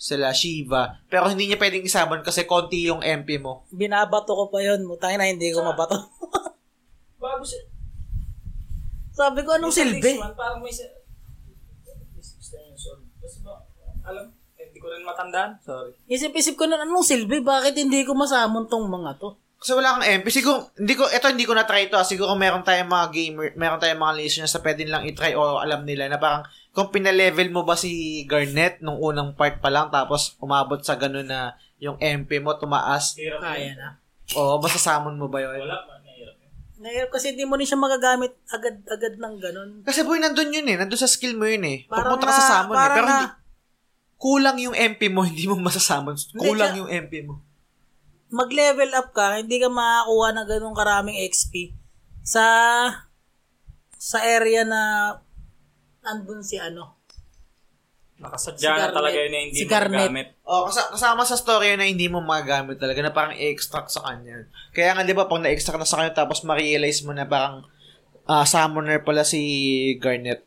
Speaker 2: sila Shiva. Pero hindi niya pwedeng isummon kasi konti yung MP mo.
Speaker 3: Binabato ko pa yun. Mutang na, hindi ko mabato.
Speaker 4: Bago si...
Speaker 3: Sabi ko, anong
Speaker 4: yung sa
Speaker 3: silbi?
Speaker 4: Dixman, Parang may... si- 16 years old. Kasi ba, alam, eh, hindi ko rin matandaan. Sorry.
Speaker 3: Isip-isip ko nun, anong silbi? Bakit hindi ko masamon tong mga to?
Speaker 2: Kasi wala kang MP. Siguro, hindi ko, eto hindi ko na-try ito. ah. Siguro meron tayong mga gamer, meron tayong mga listeners na pwede lang i-try o alam nila na parang kung pinalevel mo ba si Garnet nung unang part pa lang tapos umabot sa ganun na yung MP mo tumaas
Speaker 4: Hirap
Speaker 3: Kaya
Speaker 4: yun.
Speaker 3: na.
Speaker 2: o masasamon mo ba yun?
Speaker 4: Wala man, nahirap yun.
Speaker 3: Nahirap kasi hindi mo rin siya magagamit agad-agad ng ganun.
Speaker 2: Kasi boy, nandun yun eh. Nandun sa skill mo yun eh.
Speaker 3: Parang
Speaker 2: Pupunta ka sa
Speaker 3: na-
Speaker 2: summon eh.
Speaker 3: parang
Speaker 2: Pero
Speaker 3: na-
Speaker 2: hindi, kulang yung MP mo, hindi mo masasamon. Kulang
Speaker 3: siya-
Speaker 2: yung MP mo.
Speaker 3: Mag-level up ka, hindi ka makakuha ng ganun karaming XP sa sa area na andun si ano.
Speaker 4: Nakasadya na
Speaker 3: Garnet.
Speaker 4: talaga yun na hindi
Speaker 3: Si
Speaker 4: mo
Speaker 3: Garnet.
Speaker 4: gamit.
Speaker 2: O, Oh, kasa- kasama sa story yun na hindi mo magagamit talaga, na parang i-extract sa kanya. Kaya nga, di ba, pag na-extract na sa kanya, tapos ma-realize mo na parang ah, summoner pala si Garnet,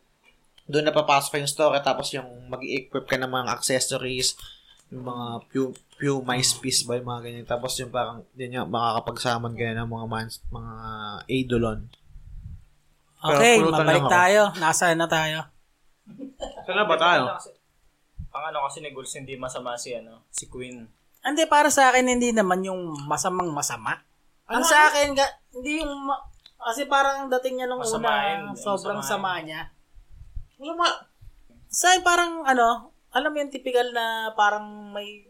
Speaker 2: doon na papasok yung story, tapos yung mag equip ka ng mga accessories, yung mga pew, pew mice piece ba, yung mga ganyan. Tapos yung parang, yun yung makakapag-summon ka na ng mga, mans, mga Eidolon. Pero
Speaker 3: Okay,
Speaker 2: pulutan lang
Speaker 3: mabalik
Speaker 2: ako.
Speaker 3: tayo. Nasaan na tayo?
Speaker 2: Saan na ba tayo?
Speaker 4: Ang ano kasi ni Gulls, hindi masama si, ano, si Queen.
Speaker 3: Hindi, para sa akin, hindi naman yung masamang masama. Ang sa akin, ga- hindi yung... ma- kasi parang ang dating niya nung una,
Speaker 4: Masamain,
Speaker 3: sobrang sama
Speaker 4: masamain.
Speaker 3: niya.
Speaker 2: Wala ma-
Speaker 3: Sa akin, parang ano, alam mo yung typical na parang may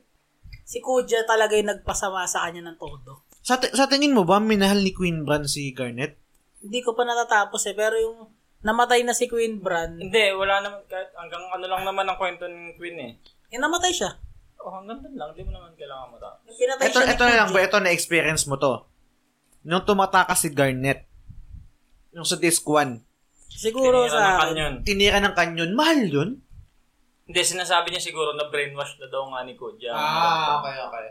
Speaker 3: si Kuja talaga yung nagpasama sa kanya ng todo.
Speaker 2: Sa, ti- sa tingin mo ba, minahal ni Queen Bran si Garnet?
Speaker 3: Hindi ko pa natatapos eh, pero yung namatay na si Queen Bran, eh
Speaker 4: Hindi, wala naman. Kahit hanggang ano lang naman ang kwento ng Queen eh.
Speaker 3: namatay siya.
Speaker 4: Oh, hanggang doon lang. Di mo naman kailangan matapos.
Speaker 3: Pinatay
Speaker 2: Ito,
Speaker 3: siya ni
Speaker 2: ito na lang
Speaker 3: Kuja.
Speaker 2: ba? Ito na experience mo to. Nung tumatakas si Garnet, yung sa disc 1,
Speaker 3: Siguro
Speaker 4: Tinira
Speaker 3: sa
Speaker 4: ng
Speaker 3: akin.
Speaker 4: kanyon.
Speaker 2: tinira ng kanyon, mahal yun?
Speaker 4: Hindi, sinasabi niya siguro na brainwash na daw nga ni Kudya.
Speaker 3: Ah.
Speaker 2: Ah, okay, okay.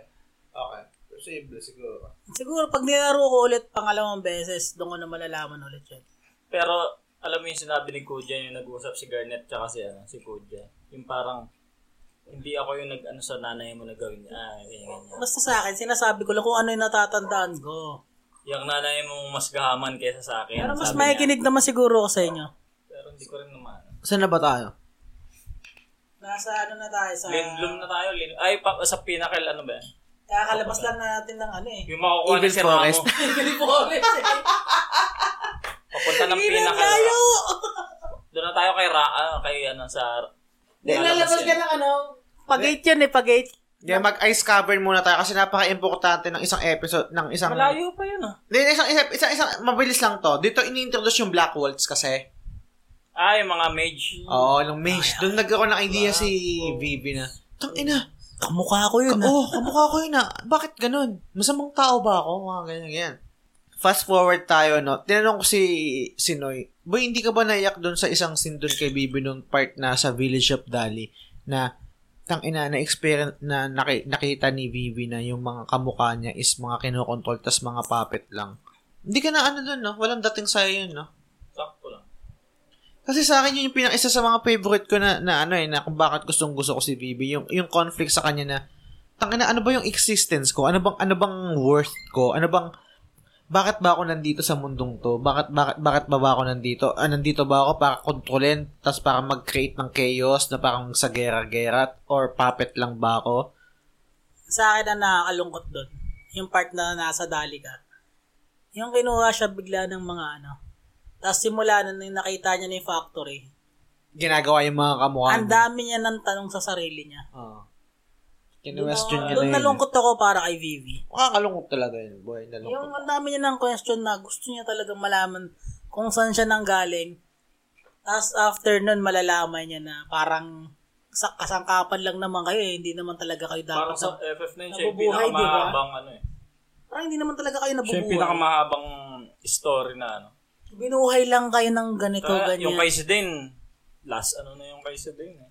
Speaker 2: Okay. Posible siguro.
Speaker 3: Siguro pag nilaro ko ulit pangalawang beses, doon ko na malalaman ulit yun.
Speaker 4: Pero, alam mo yung sinabi ni Kudya, yung nag-uusap si Garnet tsaka si, ano, si Kudya. Yung parang, hindi ako yung nag-ano sa nanay mo na gawin niya. Ah, ganyan, ganyan.
Speaker 3: Basta sa akin, sinasabi ko lang kung ano yung natatandaan ko.
Speaker 4: Yung nanay mo mas gahaman kaysa sa akin.
Speaker 3: Pero mas
Speaker 4: sabi niya.
Speaker 3: makikinig naman siguro ako sa inyo.
Speaker 4: Pero hindi ko rin naman.
Speaker 2: Saan na ba tayo?
Speaker 3: Nasa ano na tayo sa...
Speaker 4: Lindblom na tayo. Lin- Ay, pa, sa pinakil, ano ba? yan?
Speaker 3: Kakalabas lang natin ng ano eh.
Speaker 4: Yung makukuha ni
Speaker 2: Evil
Speaker 4: Sir Ramo.
Speaker 2: Forest.
Speaker 4: Papunta ng pinakil. Doon na tayo kay Ra, ah, kay ano, sa... Lalabas yan.
Speaker 3: ng ano? Pag-8 yun eh, pag-8.
Speaker 2: Yeah, mag-ice cover muna tayo kasi napaka-importante ng isang episode, ng isang...
Speaker 4: Malayo pa yun ah.
Speaker 2: Hindi, isang, isang, isang, isang, mabilis lang to. Dito ini-introduce yung Black Waltz kasi.
Speaker 4: Ah, yung mga mage.
Speaker 2: Oo, oh, nung Mage. Doon nagkaroon ng idea si Vivi na, Tang ina,
Speaker 3: Kamukha ko yun.
Speaker 2: Ka-
Speaker 3: ah.
Speaker 2: oh, kamukha ko yun ah. Bakit ganun? Masamang tao ba ako? Mga ganyan, ganyan. Fast forward tayo, no? Tinanong ko si, si Noy, Boy, hindi ka ba naiyak doon sa isang scene doon kay Bibi nung part na sa Village of Dali na tang ina na experience na naki- nakita ni Vivi na yung mga kamukha niya is mga kinokontrol tas mga puppet lang. Hindi ka na ano dun, no? Walang dating sa'yo yun, no?
Speaker 4: Sakto lang.
Speaker 2: Kasi sa akin yun yung pinang isa sa mga favorite ko na, na ano eh, na kung bakit gustong gusto ko si Bibi, yung, yung conflict sa kanya na, tangina, ano ba yung existence ko? Ano bang, ano bang worth ko? Ano bang, bakit ba ako nandito sa mundong to? Bakit, bakit, bakit ba, ba ako nandito? Ah, nandito ba ako para kontrolin, tas para mag-create ng chaos na parang sa gera-gera, or puppet lang ba ako?
Speaker 3: Sa akin ang nakakalungkot doon, yung part na nasa dali ka, yung kinuha siya bigla ng mga ano, tapos simula na nung nakita niya na yung factory,
Speaker 2: Ginagawa yung mga kamukha
Speaker 3: ang dami niya ng tanong sa sarili niya.
Speaker 2: Oh. Kinwestiyon niya na
Speaker 3: Doon
Speaker 2: yun.
Speaker 3: nalungkot ako para kay Vivi.
Speaker 2: Nakakalungkot talaga yun, boy. Nalungkot.
Speaker 3: Yung ang dami niya ng question na gusto niya talagang malaman kung saan siya nanggaling. Tapos after nun, malalaman niya na parang sa kasangkapan lang naman kayo eh. Hindi naman talaga kayo dapat.
Speaker 4: Parang
Speaker 3: Parang,
Speaker 4: sa FF9 siya yung
Speaker 3: Nabubuhay, di ba?
Speaker 4: pinakamahabang ano eh.
Speaker 3: parang hindi naman talaga kayo
Speaker 4: Siya yung
Speaker 3: nabubuhay.
Speaker 4: pinakamahabang story na ano.
Speaker 3: Binuhay lang kayo ng ganito,
Speaker 4: Kaya
Speaker 3: ganyan.
Speaker 4: Ah, yung kay Zidane, last ano na yung kay Zidane eh.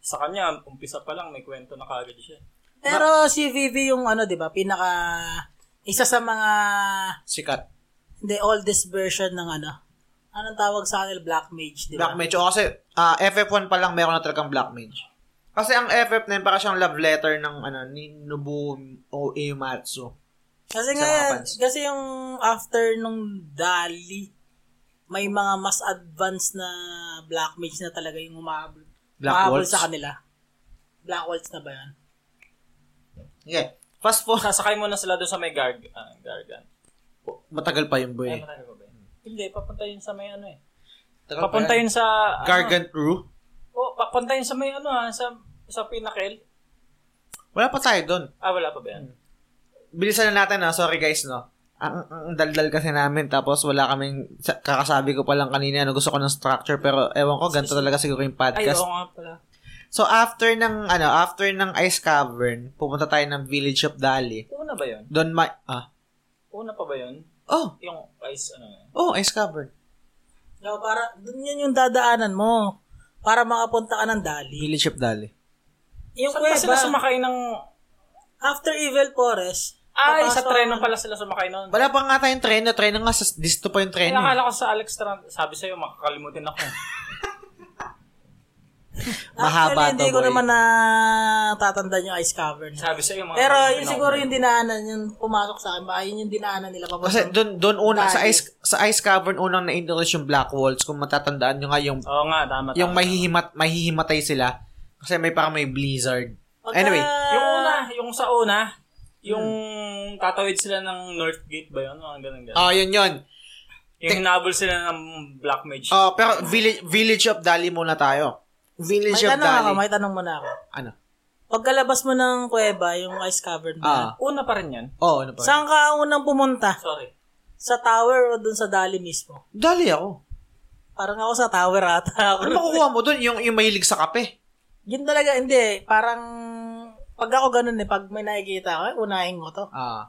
Speaker 4: Sa kanya, umpisa pa lang, may kwento na kagad siya.
Speaker 3: Pero si Vivi yung ano, di ba, pinaka... Isa sa mga
Speaker 2: Sikat.
Speaker 3: the oldest version ng ano. Anong tawag sa kanil? Black Mage, di
Speaker 4: Diba?
Speaker 3: ba?
Speaker 2: Black Mage. O kasi, ah, FF1 pa lang meron na talagang Black Mage. Kasi ang FF9 para siyang love letter ng ano ni Nobuo o Iematsu. Sa
Speaker 3: Kasi nga,
Speaker 2: mga fans.
Speaker 3: kasi yung after nung Dali, may mga mas advanced na black mage na talaga yung umahabol.
Speaker 2: Black
Speaker 3: umahabol
Speaker 2: Waltz?
Speaker 3: sa kanila. Black Waltz na ba yun?
Speaker 2: Okay. Fast forward.
Speaker 4: Sasakay mo na sila doon sa may garg ah, gargan.
Speaker 2: Matagal pa yung boy.
Speaker 4: Ay, matagal ko ba yun? Hindi, papunta yun sa may ano eh.
Speaker 2: Matagal
Speaker 4: Papunta yun sa... ano,
Speaker 2: Gargant Rue.
Speaker 4: Oh, papunta yun sa may ano ha, sa, sa pinakel.
Speaker 2: Wala pa tayo doon.
Speaker 4: Ah, wala pa ba yan?
Speaker 2: Bilisan na natin na. Sorry guys, no. Ang, ang ang daldal kasi namin tapos wala kaming sa- kakasabi ko pa lang kanina ano gusto ko ng structure pero ewan ko ganito talaga siguro yung
Speaker 4: Ay,
Speaker 2: podcast.
Speaker 4: oo nga pala.
Speaker 2: So after ng ano after ng Ice Cavern pupunta tayo ng Village of Dali.
Speaker 4: Una ba yun?
Speaker 2: Doon ma ah
Speaker 4: Una pa ba yun?
Speaker 2: oh
Speaker 4: Yung ice, ano yun?
Speaker 2: oh Ice Cavern.
Speaker 3: No, para, dun yun yung dadaanan mo para makapunta ka ng Dali.
Speaker 2: Village of Dali.
Speaker 3: Yung
Speaker 4: Saan ba sila
Speaker 3: kuweba,
Speaker 4: sumakay ng...
Speaker 3: after Evil Forest,
Speaker 4: Ay,
Speaker 3: papasok
Speaker 4: Ah, sa treno
Speaker 3: ka-
Speaker 4: pala sila sumakay noon.
Speaker 2: Wala pa nga tayong treno. Treno nga, sa, dito pa yung
Speaker 4: Ay,
Speaker 2: treno. eh.
Speaker 4: akala ko sa Alex Tran, sabi sa'yo, makakalimutin ako.
Speaker 2: Mahaba
Speaker 3: Actually,
Speaker 2: to,
Speaker 3: hindi ko
Speaker 2: boy.
Speaker 3: naman na tatandaan yung Ice Cavern.
Speaker 4: sabi sa'yo, mga
Speaker 3: Pero yun siguro yung dinaanan, yung pumasok sa akin, baka yun yung dinaanan nila papunta.
Speaker 2: Kasi doon doon una sa
Speaker 3: Dali.
Speaker 2: ice sa ice cavern unang na-introduce yung black walls kung matatandaan nyo nga yung
Speaker 4: Oo nga, tama, tama.
Speaker 2: yung mahihimat mahihimatay sila kasi may parang may blizzard.
Speaker 3: Pagka-
Speaker 2: Anyway,
Speaker 4: Yung una, yung sa una, yung tatawid sila ng North Gate ba yun? Ang ganun ganun.
Speaker 2: oh yun yun.
Speaker 4: yung hinabol sila ng Black Mage.
Speaker 2: Oh pero village village of Dali muna tayo. Village
Speaker 3: May
Speaker 2: of
Speaker 3: tanong ako,
Speaker 2: Dali.
Speaker 3: may tanong muna ako.
Speaker 2: Ano?
Speaker 3: Pagkalabas mo ng kuweba, yung ice cavern
Speaker 2: Ah.
Speaker 3: ba?
Speaker 4: Una pa rin yun.
Speaker 2: Oh, ano pa?
Speaker 3: Saan ka unang pumunta?
Speaker 4: Sorry.
Speaker 3: Sa tower o dun sa dali mismo?
Speaker 2: Dali ako.
Speaker 3: Parang ako sa tower ata ako.
Speaker 2: Ano makukuha mo doon yung yung mahilig sa kape?
Speaker 3: Yun talaga, hindi. eh. Parang, pag ako ganun eh, pag may nakikita ako, eh, unahin ko to.
Speaker 2: Ah.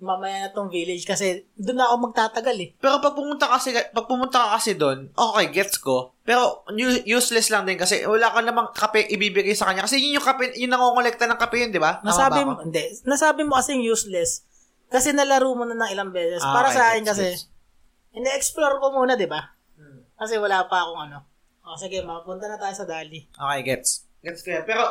Speaker 3: Mamaya na tong village kasi dun na ako magtatagal eh.
Speaker 2: Pero pag pumunta kasi pag pumunta ka kasi doon, okay, gets ko. Pero u- useless lang din kasi wala ka namang kape ibibigay sa kanya kasi yun yung kape, yun nangongolekta ng kape yun, di ba? Tama
Speaker 3: Nasabi
Speaker 2: ba
Speaker 3: mo,
Speaker 2: ako?
Speaker 3: hindi. Nasabi mo kasing useless. Kasi nalaro mo na ng ilang beses.
Speaker 2: Ah,
Speaker 3: Para
Speaker 2: okay,
Speaker 3: sa akin
Speaker 2: gets,
Speaker 3: kasi,
Speaker 2: gets.
Speaker 3: ina-explore ko muna, di ba? Kasi wala pa akong ano. O, sige, mapunta na tayo sa Dali.
Speaker 2: Okay, gets. Gets ko yan. Pero,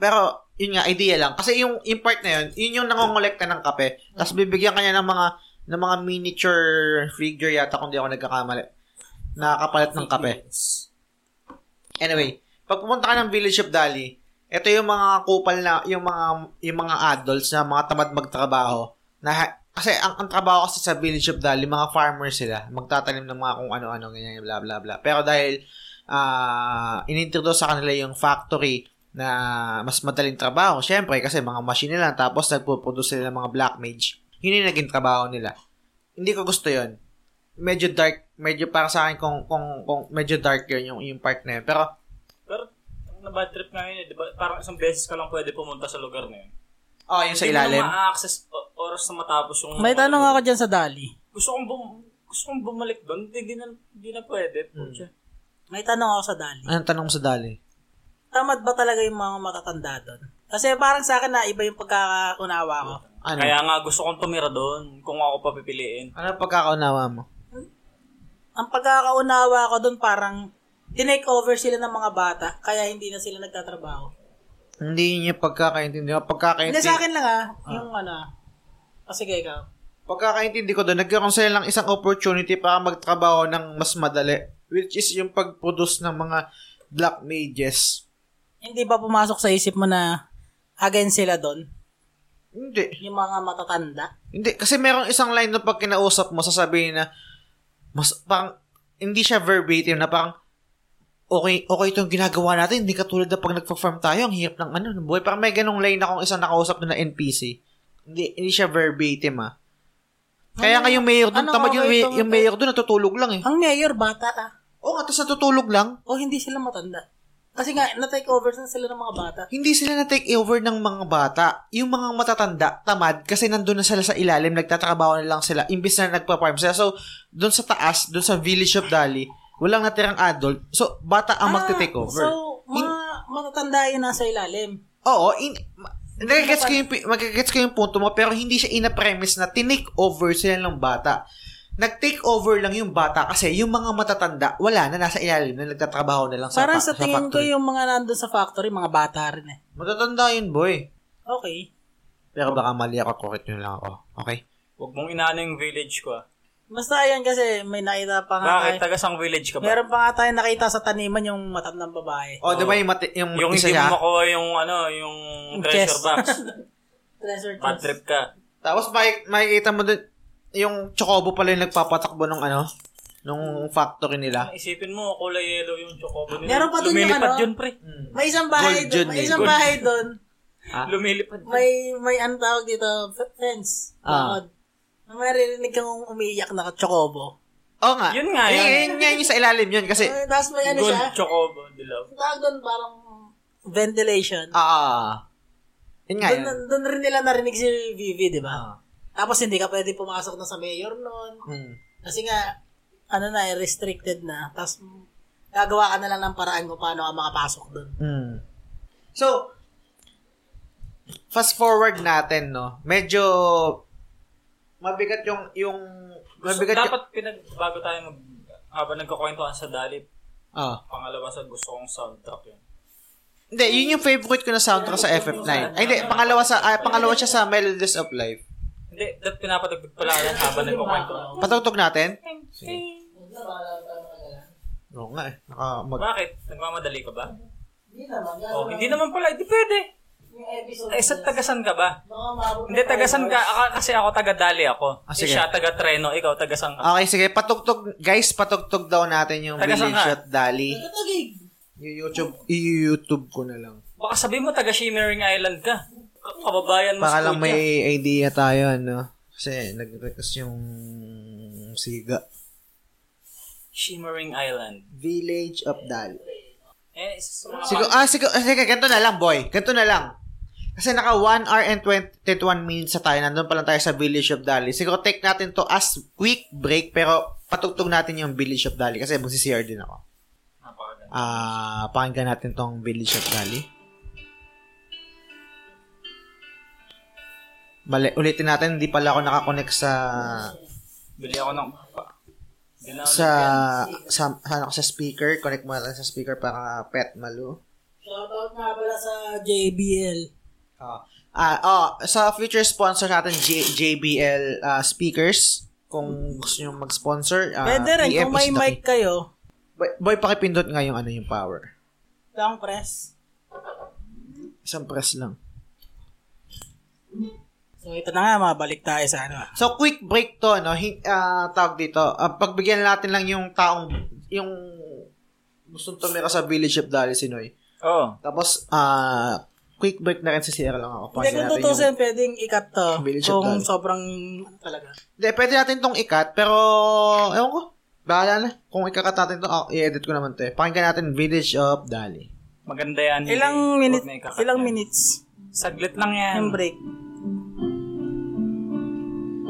Speaker 2: pero, yun nga, idea lang. Kasi yung, yung part na yun, yun yung nangongolekta ng kape. Tapos bibigyan kanya ng mga, ng mga miniature figure yata kung di ako nagkakamali. Nakakapalit ng kape. Anyway, pag pumunta ka ng Village of Dali, ito yung mga kupal na, yung mga, yung mga adults na mga tamad magtrabaho, na, ha- kasi ang, ang trabaho kasi sa Village of Dali, mga farmers sila, magtatanim ng mga kung ano-ano, ganyan, bla bla bla. Pero dahil, ah, inintroduce sa kanila yung factory na mas madaling trabaho, syempre, kasi mga machine nila, tapos nagpo-produce sila ng mga black mage. Yun yung naging trabaho nila. Hindi ko gusto yon medyo dark, medyo para sa akin kung kung kung medyo dark yun yung yung part na yun. Pero
Speaker 4: Pero, na bad trip nga yun eh. di ba? Parang isang beses ka lang pwede pumunta sa lugar na yun.
Speaker 2: oh, yung sa
Speaker 4: Hindi mo
Speaker 2: ilalim.
Speaker 4: na ma-access o- oras na matapos yung...
Speaker 3: May tanong ako dyan sa Dali.
Speaker 4: Gusto kong, bum- gusto kong bumalik
Speaker 2: Hmm.
Speaker 4: doon. Hindi, hindi na, hindi na pwede. Putya.
Speaker 3: May tanong ako sa Dali.
Speaker 2: Anong tanong mo sa dali?
Speaker 3: tamad ba talaga yung mga matatanda doon? Kasi parang sa akin na iba yung pagkakaunawa ko.
Speaker 2: Ano?
Speaker 4: Kaya nga gusto kong tumira doon kung ako papipiliin.
Speaker 2: Ano pagkakaunawa mo?
Speaker 3: Ang pagkakaunawa ko doon parang tinake over sila ng mga bata kaya hindi na sila nagtatrabaho.
Speaker 2: Hindi niya pagkakaintindi. Ang Pagkakaintindi,
Speaker 3: Hindi sa akin lang ah, yung ano. O sige ikaw.
Speaker 2: pagkakaintindi ko doon, nagkaroon sila ng isang opportunity para magtrabaho ng mas madali. Which is yung pag-produce ng mga black mages.
Speaker 3: Hindi ba pumasok sa isip mo na against sila doon?
Speaker 2: Hindi.
Speaker 3: Yung mga matatanda?
Speaker 2: Hindi, kasi merong isang line na pag kinausap mo, sasabihin na, mas, parang, hindi siya verbatim na parang, okay, okay itong ginagawa natin, hindi katulad na pag nagpa-farm tayo, ang hirap ng ano, ng buhay. Parang may ganong line akong isang nakausap na na NPC. Hindi, hindi siya verbatim ah. Kaya nga yung mayor doon,
Speaker 3: Ano,
Speaker 2: tamad yung,
Speaker 3: okay,
Speaker 2: may- yung
Speaker 3: tama-
Speaker 2: mayor doon, natutulog lang eh.
Speaker 3: Ang mayor, bata ah.
Speaker 2: Oo nga, tapos natutulog lang.
Speaker 3: O hindi sila matanda. Kasi nga, na-take over na sila ng mga bata.
Speaker 2: Hindi sila na-take over ng mga bata. Yung mga matatanda, tamad, kasi nandun na sila sa ilalim, nagtatrabaho na lang sila, imbis na nagpa-farm sila. So, doon sa taas, doon sa village of Dali, walang natirang adult. So, bata ang magte-take
Speaker 3: Ah,
Speaker 2: over.
Speaker 3: So, mga matatanda yun nasa ilalim.
Speaker 2: Oo, in, ma- nagigets ko yung, pi- magigets ko yung punto mo, pero hindi siya ina-premise na tinake over sila ng bata. Nag-take over lang yung bata kasi yung mga matatanda, wala na, nasa ilalim na nagtatrabaho na lang sa,
Speaker 3: Parang
Speaker 2: pa-
Speaker 3: sa tingin ko
Speaker 2: factory.
Speaker 3: yung mga nandun sa factory, mga bata rin eh.
Speaker 2: Matatanda yun, boy.
Speaker 3: Okay.
Speaker 2: Pero baka mali ako, correct nyo lang ako. Okay?
Speaker 4: Huwag mong inaano yung village ko ah.
Speaker 3: Basta ayan kasi may nakita pa nga
Speaker 4: Bakit?
Speaker 3: tayo.
Speaker 4: Taga sang village ka ba?
Speaker 3: Ah, Meron pa nga tayo nakita sa taniman yung matandang babae.
Speaker 2: Oh, di ba yung, mati- yung,
Speaker 4: yung
Speaker 2: isa
Speaker 4: hindi
Speaker 2: niya?
Speaker 4: mo makuha yung ano, yung treasure
Speaker 3: Yes.
Speaker 4: box.
Speaker 3: Treasure
Speaker 4: Bad
Speaker 3: chest.
Speaker 4: trip ka.
Speaker 2: Tapos may, makikita mo dun, yung Chocobo pala yung nagpapatakbo nung ano, nung factory nila.
Speaker 4: Isipin mo, kulay yellow yung chocobo nila.
Speaker 3: Meron pa dun yung
Speaker 4: Lumilipad
Speaker 3: ano?
Speaker 4: yun, pre.
Speaker 2: Hmm.
Speaker 3: May isang bahay
Speaker 2: Gold
Speaker 3: doon.
Speaker 2: yun
Speaker 3: May
Speaker 2: eh,
Speaker 3: isang
Speaker 2: gold.
Speaker 3: bahay doon.
Speaker 4: Lumilipad.
Speaker 3: May, may ano tawag dito, f- friends.
Speaker 2: Ah.
Speaker 3: Ah. May maririnig kang umiiyak na chocobo.
Speaker 2: Oo nga.
Speaker 4: Yun nga,
Speaker 2: Yun,
Speaker 4: yun.
Speaker 2: yun, nga yung sa ilalim yun kasi,
Speaker 3: Eh, Tapos may ano
Speaker 4: Gold
Speaker 3: siya.
Speaker 4: chocobo, dilaw.
Speaker 3: Ang Tawag doon parang ventilation.
Speaker 2: ah, yun nga yun.
Speaker 3: Doon, doon rin nila narinig si Vivi, di ba?
Speaker 2: Ah.
Speaker 3: Tapos hindi ka pwede pumasok na sa mayor noon.
Speaker 2: Hmm.
Speaker 3: Kasi nga, ano na, eh, restricted na. Tapos, gagawa ka na lang ng paraan kung paano ka makapasok doon.
Speaker 2: Hmm. So, fast forward natin, no? Medyo, mabigat yung, yung,
Speaker 4: Gusto,
Speaker 2: mabigat yung,
Speaker 4: dapat pinag, bago tayo mag, habang nagkakwentuhan sa Dalip,
Speaker 2: ah.
Speaker 4: pangalawa sa gusto kong soundtrack yun.
Speaker 2: Hindi, yun yung favorite ko na soundtrack sa FF9. Ay, hindi, pangalawa sa, ah, pangalawa siya sa Melodies of Life.
Speaker 4: Hindi, dapat pinapadagdag pala yan habang
Speaker 3: Diba?
Speaker 4: nagkakwentuhan.
Speaker 2: Patugtog natin? Oo nga eh. Naka mag...
Speaker 4: Bakit? Nagmamadali ka ba?
Speaker 3: Hindi naman.
Speaker 4: Oh, hindi naman pala, hindi pwede.
Speaker 3: Yung episode,
Speaker 4: Eh, sa tagasan ka ba?
Speaker 3: baka maabot
Speaker 4: Hindi, tagasan ka. Ako, kasi ako taga Dali ako.
Speaker 2: Ah,
Speaker 4: Ah,
Speaker 2: sige.
Speaker 4: Siya taga Treno, ikaw tagasan ka.
Speaker 2: Okay, sige. Patugtog, guys, patugtog daw natin yung
Speaker 4: Taga
Speaker 2: Village
Speaker 4: saan ka?
Speaker 2: at Dali.
Speaker 3: Tutugig.
Speaker 2: Yung YouTube, i-YouTube ko na lang.
Speaker 4: Baka sabi mo taga Shimmering Island ka. Ka- Kababayan mo
Speaker 2: Para
Speaker 4: sa
Speaker 2: lang may idea tayo, ano. Kasi nag-request yung siga.
Speaker 4: Shimmering Island.
Speaker 2: Village of Dali.
Speaker 4: Eh, sa mga
Speaker 2: Sigo, ah, sigo, ah, sige, ganito na lang, boy. Ganito na lang. Kasi naka 1 hour and 21 minutes na tayo. Nandun pa lang tayo sa Village of Dali. Siguro take natin to as quick break, pero patugtog natin yung Village of Dali kasi magsi-CR din ako.
Speaker 4: napakaganda.
Speaker 2: Ah, pakinggan natin tong Village of Dali. Bale, ulitin natin, hindi pala ako nakakonect sa
Speaker 4: Bili ako ng... pa- Bili ako
Speaker 2: sa sa, sa, sa speaker. Connect mo natin sa speaker para pet malo.
Speaker 3: Shoutout nga pala sa JBL.
Speaker 2: Ah, ah, oh, sa future sponsor natin J- JBL ah, speakers kung gusto niyo mag-sponsor. ah,
Speaker 3: Pwede rin,
Speaker 2: PM
Speaker 3: kung may
Speaker 2: is the
Speaker 3: mic
Speaker 2: key.
Speaker 3: kayo,
Speaker 2: Boy, boy pakipindot nga yung ano yung power.
Speaker 3: lang press.
Speaker 2: Isang press lang.
Speaker 3: So, ito na nga, mabalik tayo sa ano.
Speaker 2: So quick break to no Hin- ah, tawag dito. Ah, pagbigyan natin lang yung taong yung gustong tumira sa Village of Dali Sinoy.
Speaker 4: Oo.
Speaker 2: Tapos ah quick break na rin si Sierra lang ako.
Speaker 3: Hindi, kung
Speaker 2: Pakinggan natin yung-
Speaker 3: tutusin, pwedeng ikat to.
Speaker 2: Village of
Speaker 3: Kung
Speaker 2: Dali.
Speaker 3: sobrang ano talaga.
Speaker 2: Hindi, pwede natin tong ikat pero ewan ko. Bahala na. Kung ikakat natin to, ah, i-edit ko naman to. Eh. Pakinggan natin Village of Dali.
Speaker 4: Maganda yan. hindi.
Speaker 3: Ilang
Speaker 4: Huwag
Speaker 3: minutes,
Speaker 4: na ikakat
Speaker 3: ilang
Speaker 4: yan.
Speaker 3: minutes
Speaker 4: Saglit lang yan.
Speaker 3: yung break.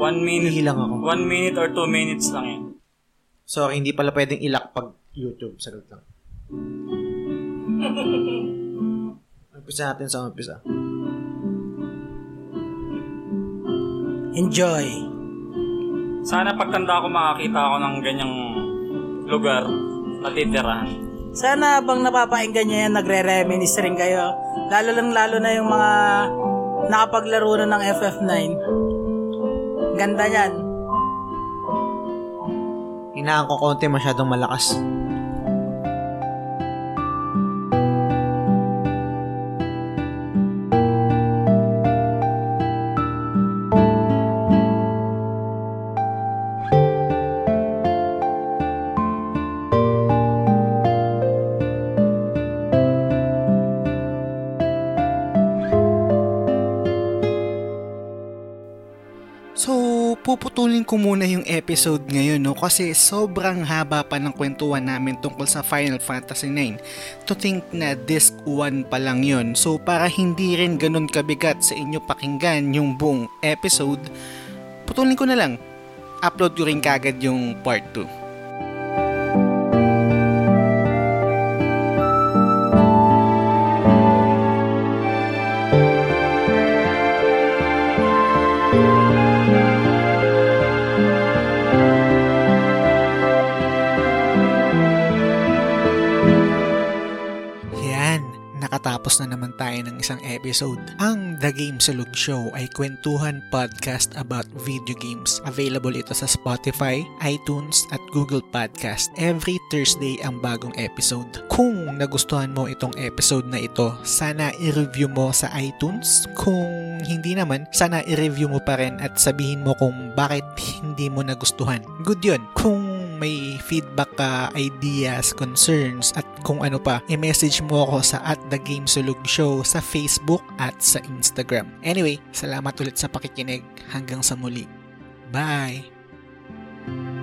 Speaker 4: One minute.
Speaker 2: Hihilang ako.
Speaker 4: One minute or two minutes lang yan.
Speaker 2: Sorry, hindi pala pwedeng ilak pag YouTube. Sagot lang. Umpisa natin sa umpisa.
Speaker 3: Enjoy.
Speaker 4: Sana pagtanda ko makakita ako ng ganyang lugar na titirahan.
Speaker 3: Sana habang napapakinggan nyo yan, nagre-reminis rin kayo. Lalo lang lalo na yung mga nakapaglaro na ng FF9. Ganda yan.
Speaker 2: Hinaan ko konti, masyadong malakas.
Speaker 1: So, puputulin ko muna yung episode ngayon no kasi sobrang haba pa ng kwentuhan namin tungkol sa Final Fantasy 9. To think na disc 1 pa lang yon. So, para hindi rin ganun kabigat sa inyo pakinggan yung buong episode, putulin ko na lang. Upload ko rin kagad yung part 2. Yan, nakatapos na naman tayo ng isang episode. Ang The Game Salug Show ay kwentuhan podcast about video games. Available ito sa Spotify, iTunes at Google Podcast. Every Thursday ang bagong episode. Kung nagustuhan mo itong episode na ito, sana i-review mo sa iTunes. Kung hindi naman, sana i-review mo pa rin at sabihin mo kung bakit hindi mo nagustuhan. Good yun. Kung may feedback ka, ideas, concerns, at kung ano pa, i-message mo ako sa at The Game Sulog Show sa Facebook at sa Instagram. Anyway, salamat ulit sa pakikinig. Hanggang sa muli. Bye!